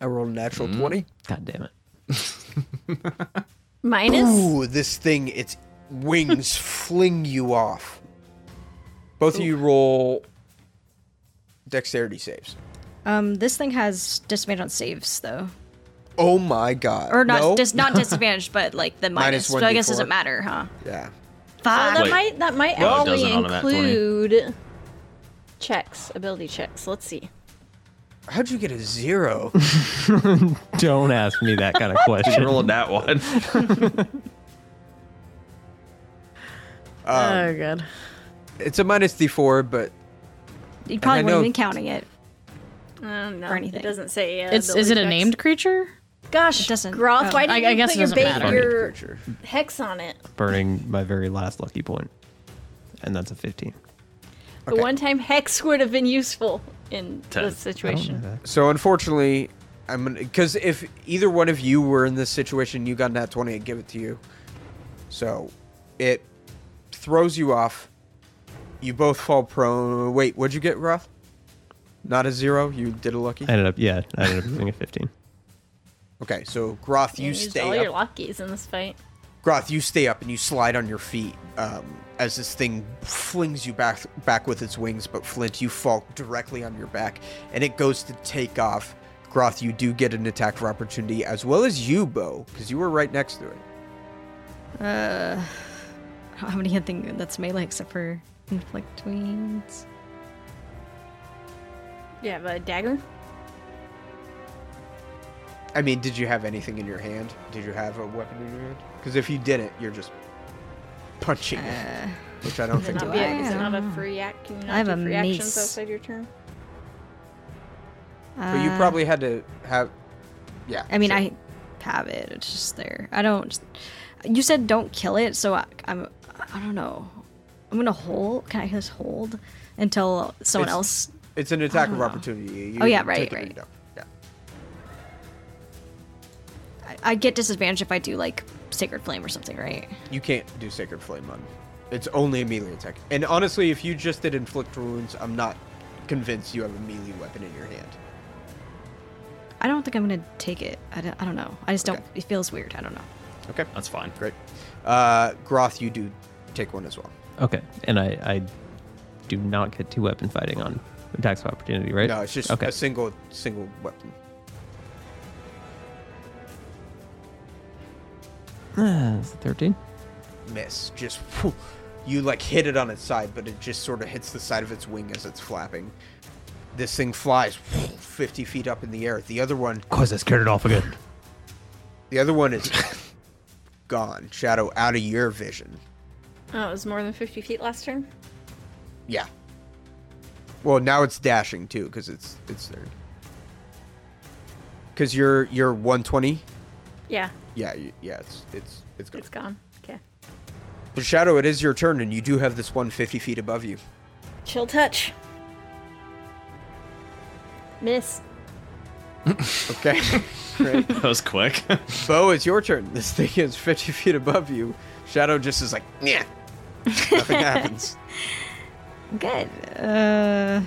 Speaker 6: I rolled a natural twenty.
Speaker 7: God damn it.
Speaker 4: Minus?
Speaker 6: Ooh, this thing, its wings fling you off. Both of you roll dexterity saves.
Speaker 5: Um, this thing has disadvantage on saves though,
Speaker 6: Oh my god.
Speaker 5: or not
Speaker 6: No?
Speaker 5: dis- not disadvantage, but like the
Speaker 6: Minus
Speaker 5: minus. so I guess
Speaker 6: 1d4.
Speaker 5: doesn't matter, huh?
Speaker 6: yeah.
Speaker 4: Oh, that
Speaker 3: Wait.
Speaker 4: might that might
Speaker 3: No, it
Speaker 4: actually
Speaker 3: doesn't on a nat 20.
Speaker 4: include checks, ability checks. Let's see.
Speaker 6: How'd you get a zero?
Speaker 7: Don't ask me that kind of
Speaker 3: Did
Speaker 7: question.
Speaker 3: it roll a nat one?
Speaker 1: Oh god.
Speaker 6: it's a minus d4, but
Speaker 5: You
Speaker 6: I
Speaker 5: probably
Speaker 6: know-
Speaker 5: wouldn't even counting it.
Speaker 4: Oh no,
Speaker 5: Or anything.
Speaker 4: it doesn't say. Uh,
Speaker 1: It's is it
Speaker 4: ability
Speaker 1: a
Speaker 4: checks.
Speaker 1: named creature?
Speaker 4: Gosh,
Speaker 5: It doesn't-
Speaker 4: Groth,
Speaker 5: oh.
Speaker 4: why did
Speaker 1: I-
Speaker 4: you
Speaker 1: I guess it
Speaker 4: put your,
Speaker 1: doesn't
Speaker 4: ba-
Speaker 1: matter.
Speaker 4: your hex on it?
Speaker 7: Burning my very last lucky point, and that's a fifteen.
Speaker 4: The one time hex would have been useful in this
Speaker 7: I don't know
Speaker 4: situation.
Speaker 7: that.
Speaker 6: So unfortunately, I'm gonna because if either one of you were in this situation, you got nat twenty, I'd give it to you. So it throws you off. You both fall prone. Wait, what'd you get, Roth? Not a zero. You did a lucky.
Speaker 7: I ended up, yeah, I ended up getting a 15.
Speaker 6: Okay, so Groth, you
Speaker 4: You used all
Speaker 6: stay
Speaker 4: your
Speaker 6: up.
Speaker 4: lockies in this fight.
Speaker 6: Groth, you stay up and you slide on your feet um, as this thing flings you back back with its wings. But Flint, you fall directly on your back, and it goes to take off. Groth, you do get an attack for opportunity as well as you, Bo, because you were right next to it.
Speaker 5: Uh, I don't have anything that's melee except for inflict wounds.
Speaker 4: You have a dagger?
Speaker 6: I mean, did you have anything in your hand? Did you have a weapon in your hand? Because if you didn't, you're just punching
Speaker 5: Uh,
Speaker 6: it, which I don't
Speaker 4: Is it
Speaker 6: think.
Speaker 4: not,
Speaker 5: do
Speaker 4: be
Speaker 5: I?
Speaker 4: a, is it not
Speaker 5: I don't
Speaker 4: a free act? Can you not
Speaker 5: I have
Speaker 4: do
Speaker 5: a
Speaker 4: free
Speaker 5: mace.
Speaker 4: actions outside your turn?
Speaker 6: But you
Speaker 5: Uh,
Speaker 6: probably had to have. Yeah.
Speaker 5: I mean,
Speaker 6: sure.
Speaker 5: I have it. It's just there. I don't. You said don't kill it, so I, I'm. I don't know. I'm gonna hold. Can I just hold until someone
Speaker 6: It's-
Speaker 5: else?
Speaker 6: It's an attack of
Speaker 5: don't know.
Speaker 6: opportunity. You
Speaker 5: Oh, yeah,
Speaker 6: take
Speaker 5: right,
Speaker 6: the
Speaker 5: right.
Speaker 6: lead up. Yeah.
Speaker 5: I, I get disadvantage if I do like sacred flame or something, right?
Speaker 6: You can't do Sacred Flame on. It's only a melee attack. And honestly, if you just did inflict wounds, I'm not convinced you have a melee weapon in your hand.
Speaker 5: I don't think I'm gonna take it. I don't, I don't know. I just don't. It feels weird. I don't know.
Speaker 6: Okay.
Speaker 3: That's fine.
Speaker 6: Great. Uh, Groth, you do take one as well.
Speaker 7: Okay, and I, I do not get two weapon fighting on attacks of opportunity, right?
Speaker 6: No, it's just
Speaker 7: okay.
Speaker 6: a single single weapon.
Speaker 7: Ah, it's a 13.
Speaker 6: miss. Just whew, you like hit it on its side, but it just sort of hits the side of its wing as it's flapping. This thing flies whew, 50 feet up in the air. The other one,
Speaker 7: Cause I scared it off again.
Speaker 6: the other one is gone. Shadow out of your vision.
Speaker 4: Oh, it was more than 50 feet last turn?
Speaker 6: Yeah. Well, now it's dashing too because it's it's there. Because you're you're 120.
Speaker 4: Yeah,
Speaker 6: Yeah, you- yeah, it's it's it's good.
Speaker 4: it's gone. Okay.
Speaker 6: But Shadow, it is your turn, and you do have this one 50 feet above you.
Speaker 4: Chill touch. Miss.
Speaker 6: Okay. Great.
Speaker 3: That was quick.
Speaker 6: Bo, it's your turn. This thing is 50 feet above you. Shadow just is like, yeah. Nothing happens.
Speaker 5: Good. Uh,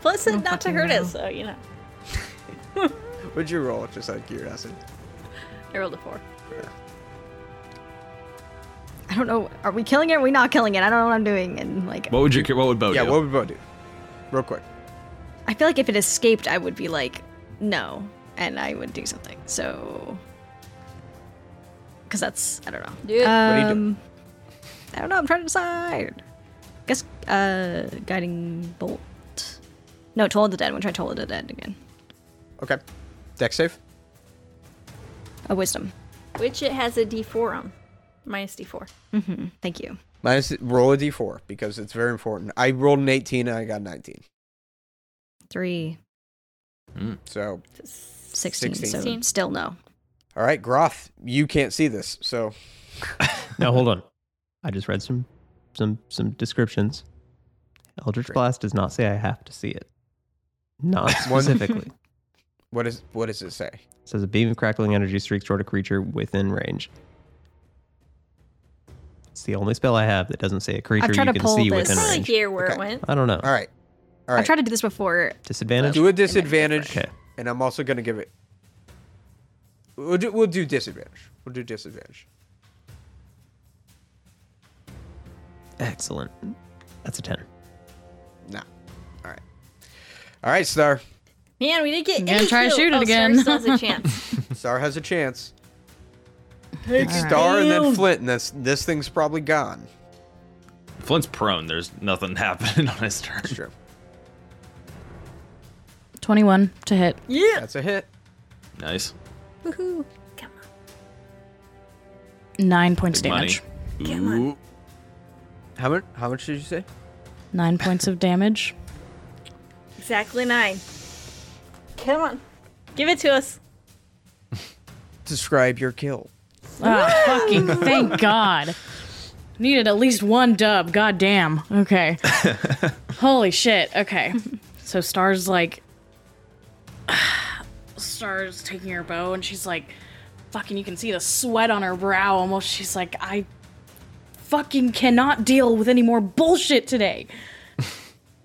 Speaker 4: Plus, it not to hurt us, so you know.
Speaker 6: What'd you roll? Just out of curiosity.
Speaker 4: I rolled a four.
Speaker 5: I don't know. Are we killing it? Or are we not killing it? I don't know what I'm doing. And like,
Speaker 3: what would you? What would Bo
Speaker 6: yeah,
Speaker 3: do?
Speaker 6: what would Bo do? Real quick.
Speaker 5: I feel like if it escaped, I would be like, no, and I would do something. So, because that's I don't know.
Speaker 6: What do
Speaker 4: Do it.
Speaker 6: you do?
Speaker 5: Um, I don't know. I'm trying to decide. Guess uh, guiding bolt. No, toll of the dead. I'm gonna try toll of the dead again.
Speaker 6: Okay. Deck save?
Speaker 5: A Oh, wisdom.
Speaker 4: Which it has a d4 on. Minus d4.
Speaker 5: Mm-hmm. Thank you.
Speaker 6: Minus, roll a d4 because it's very important. I rolled an 18 and I got 19.
Speaker 5: Three,
Speaker 6: So,
Speaker 5: 16,
Speaker 6: 16.
Speaker 5: So still no.
Speaker 6: all right, Groth, you can't see this. So,
Speaker 7: Now hold on. I just read some some some descriptions. Eldritch Blast does not say I have to see it. Not
Speaker 6: One-
Speaker 7: specifically.
Speaker 6: what is what does it say?
Speaker 7: It says a beam of crackling energy streaks toward a creature within range. It's the only spell I have that doesn't say a creature
Speaker 5: tried
Speaker 7: you
Speaker 5: to
Speaker 7: can
Speaker 5: pull
Speaker 7: see
Speaker 5: this.
Speaker 7: within
Speaker 5: Kinda
Speaker 4: Probably
Speaker 7: range.
Speaker 4: here where
Speaker 6: Okay.
Speaker 4: it went.
Speaker 7: I don't know.
Speaker 6: All right. All right.
Speaker 5: I've tried to do this before.
Speaker 7: Disadvantage.
Speaker 6: do a disadvantage,
Speaker 7: Okay.
Speaker 6: and I'm also going to give it. We'll do, we'll do disadvantage. We'll do disadvantage.
Speaker 7: Excellent. That's a ten.
Speaker 6: No. All right. All right, Star.
Speaker 4: Man, we didn't get
Speaker 1: gonna
Speaker 4: any
Speaker 1: try to
Speaker 4: clue.
Speaker 1: shoot it
Speaker 4: Oh,
Speaker 1: again.
Speaker 4: Star still has a chance.
Speaker 6: Star has a chance. Big Star and then Flint, and this this thing's probably gone.
Speaker 3: Flint's prone. There's nothing happening on his turn.
Speaker 6: That's true.
Speaker 1: 21 to hit.
Speaker 6: That's a hit.
Speaker 3: Nice.
Speaker 4: Woohoo. Come on.
Speaker 1: Nine points
Speaker 3: Big money.
Speaker 1: damage.
Speaker 3: Ooh.
Speaker 6: How much? How much did you say?
Speaker 1: Nine points of damage.
Speaker 4: Exactly nine. Come on. Give it to us.
Speaker 6: Describe your kill.
Speaker 1: Ah, fucking thank God. Needed at least one dub. God damn. Okay. Holy shit. Okay. So Star's like, Star's taking her bow and she's like, fucking you can see the sweat on her brow almost. She's like, I fucking cannot deal with any more bullshit today.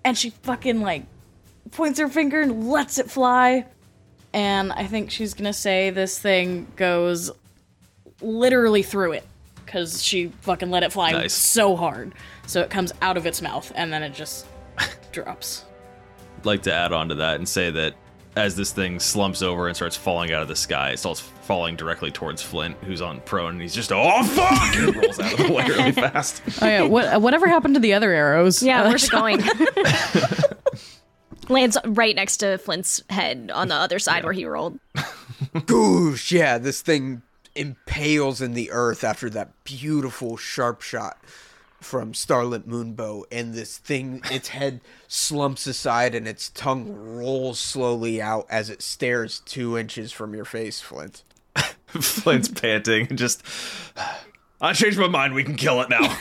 Speaker 1: and she fucking like points her finger and lets it fly. And I think she's gonna say this thing goes literally through it because she fucking let it fly
Speaker 3: Nice.
Speaker 1: so hard. So it comes out of its mouth and then it just drops.
Speaker 3: like to add on to that and say that as this thing slumps over and starts falling out of the sky, it starts falling directly towards Flint, who's on prone, and he's just oh fuck, and rolls out of the way really fast.
Speaker 1: Oh yeah, what, whatever happened to the other arrows?
Speaker 5: Yeah, where's it going? Lands right next to Flint's head on the other side where he rolled.
Speaker 6: Goosh, yeah, this thing impales in the earth after that beautiful sharp shot from Starlit Moonbow, and this thing, its head slumps aside and its tongue rolls slowly out as it stares two inches from your face, Flint.
Speaker 3: Flint's panting and just I changed my mind. We can kill it now.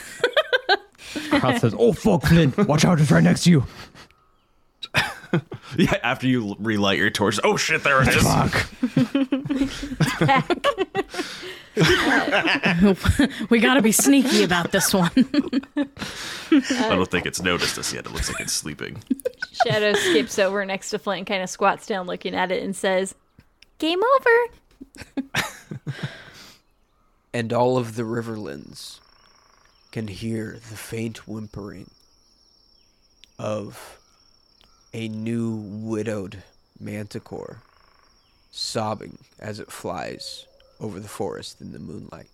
Speaker 7: Kraut says, "Oh fuck, Flynn! Watch out! It's right next to you."
Speaker 3: yeah, after you relight your torch, oh shit, there it is.
Speaker 7: Fuck.
Speaker 1: We gotta be sneaky about this one.
Speaker 3: I don't think it's noticed us yet. It looks like it's sleeping.
Speaker 4: Shadow skips over next to Flint and kind of squats down looking at it and says, Game over.
Speaker 6: And all of the riverlands can hear the faint whimpering of a new widowed manticore sobbing as it flies over the forest in the moonlight,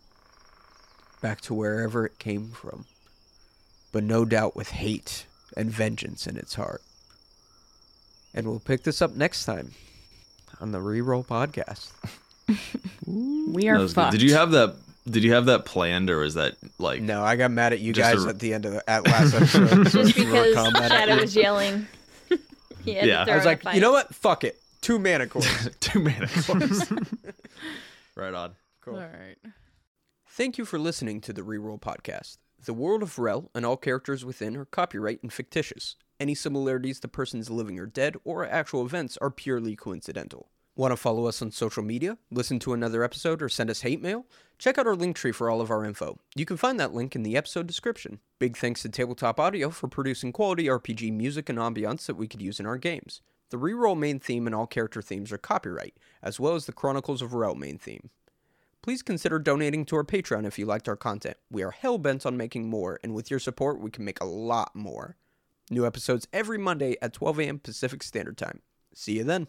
Speaker 6: back to wherever it came from, but no doubt with hate and vengeance in its heart. And we'll pick this up next time on the Reroll Podcast.
Speaker 1: We
Speaker 3: That
Speaker 1: are
Speaker 3: was good.
Speaker 1: fucked.
Speaker 3: Did you have that? Did you have that planned, or is that like
Speaker 6: No, I got mad at you
Speaker 3: Just
Speaker 6: guys
Speaker 3: a-
Speaker 6: at the end of the at last episode.
Speaker 4: Just
Speaker 6: You were
Speaker 4: because
Speaker 6: combating.
Speaker 4: Shadow was yelling. he had to
Speaker 3: Yeah. I
Speaker 4: throw
Speaker 6: I was
Speaker 4: in a
Speaker 6: like, you
Speaker 4: fight.
Speaker 6: know what? Fuck it. Two mana cores.
Speaker 3: two manacles? right on.
Speaker 1: All right.
Speaker 6: Thank you for listening to the Reroll Podcast. The world of Rel and all characters within are copyright and fictitious. Any similarities to persons living or dead or actual events are purely coincidental. Want to follow us on social media, listen to another episode, or send us hate mail? Check out our link tree for all of our info. You can find that link in the episode description. Big thanks to Tabletop Audio for producing quality RPG music and ambiance that we could use in our games. The Reroll main theme and all character themes are copyright, as well as the Chronicles of Rel main theme please consider donating to our Patreon if you liked our content. We are hell bent on making more, and with your support, we can make a lot more. New episodes every Monday at 12 a.m. Pacific Standard Time. See you then.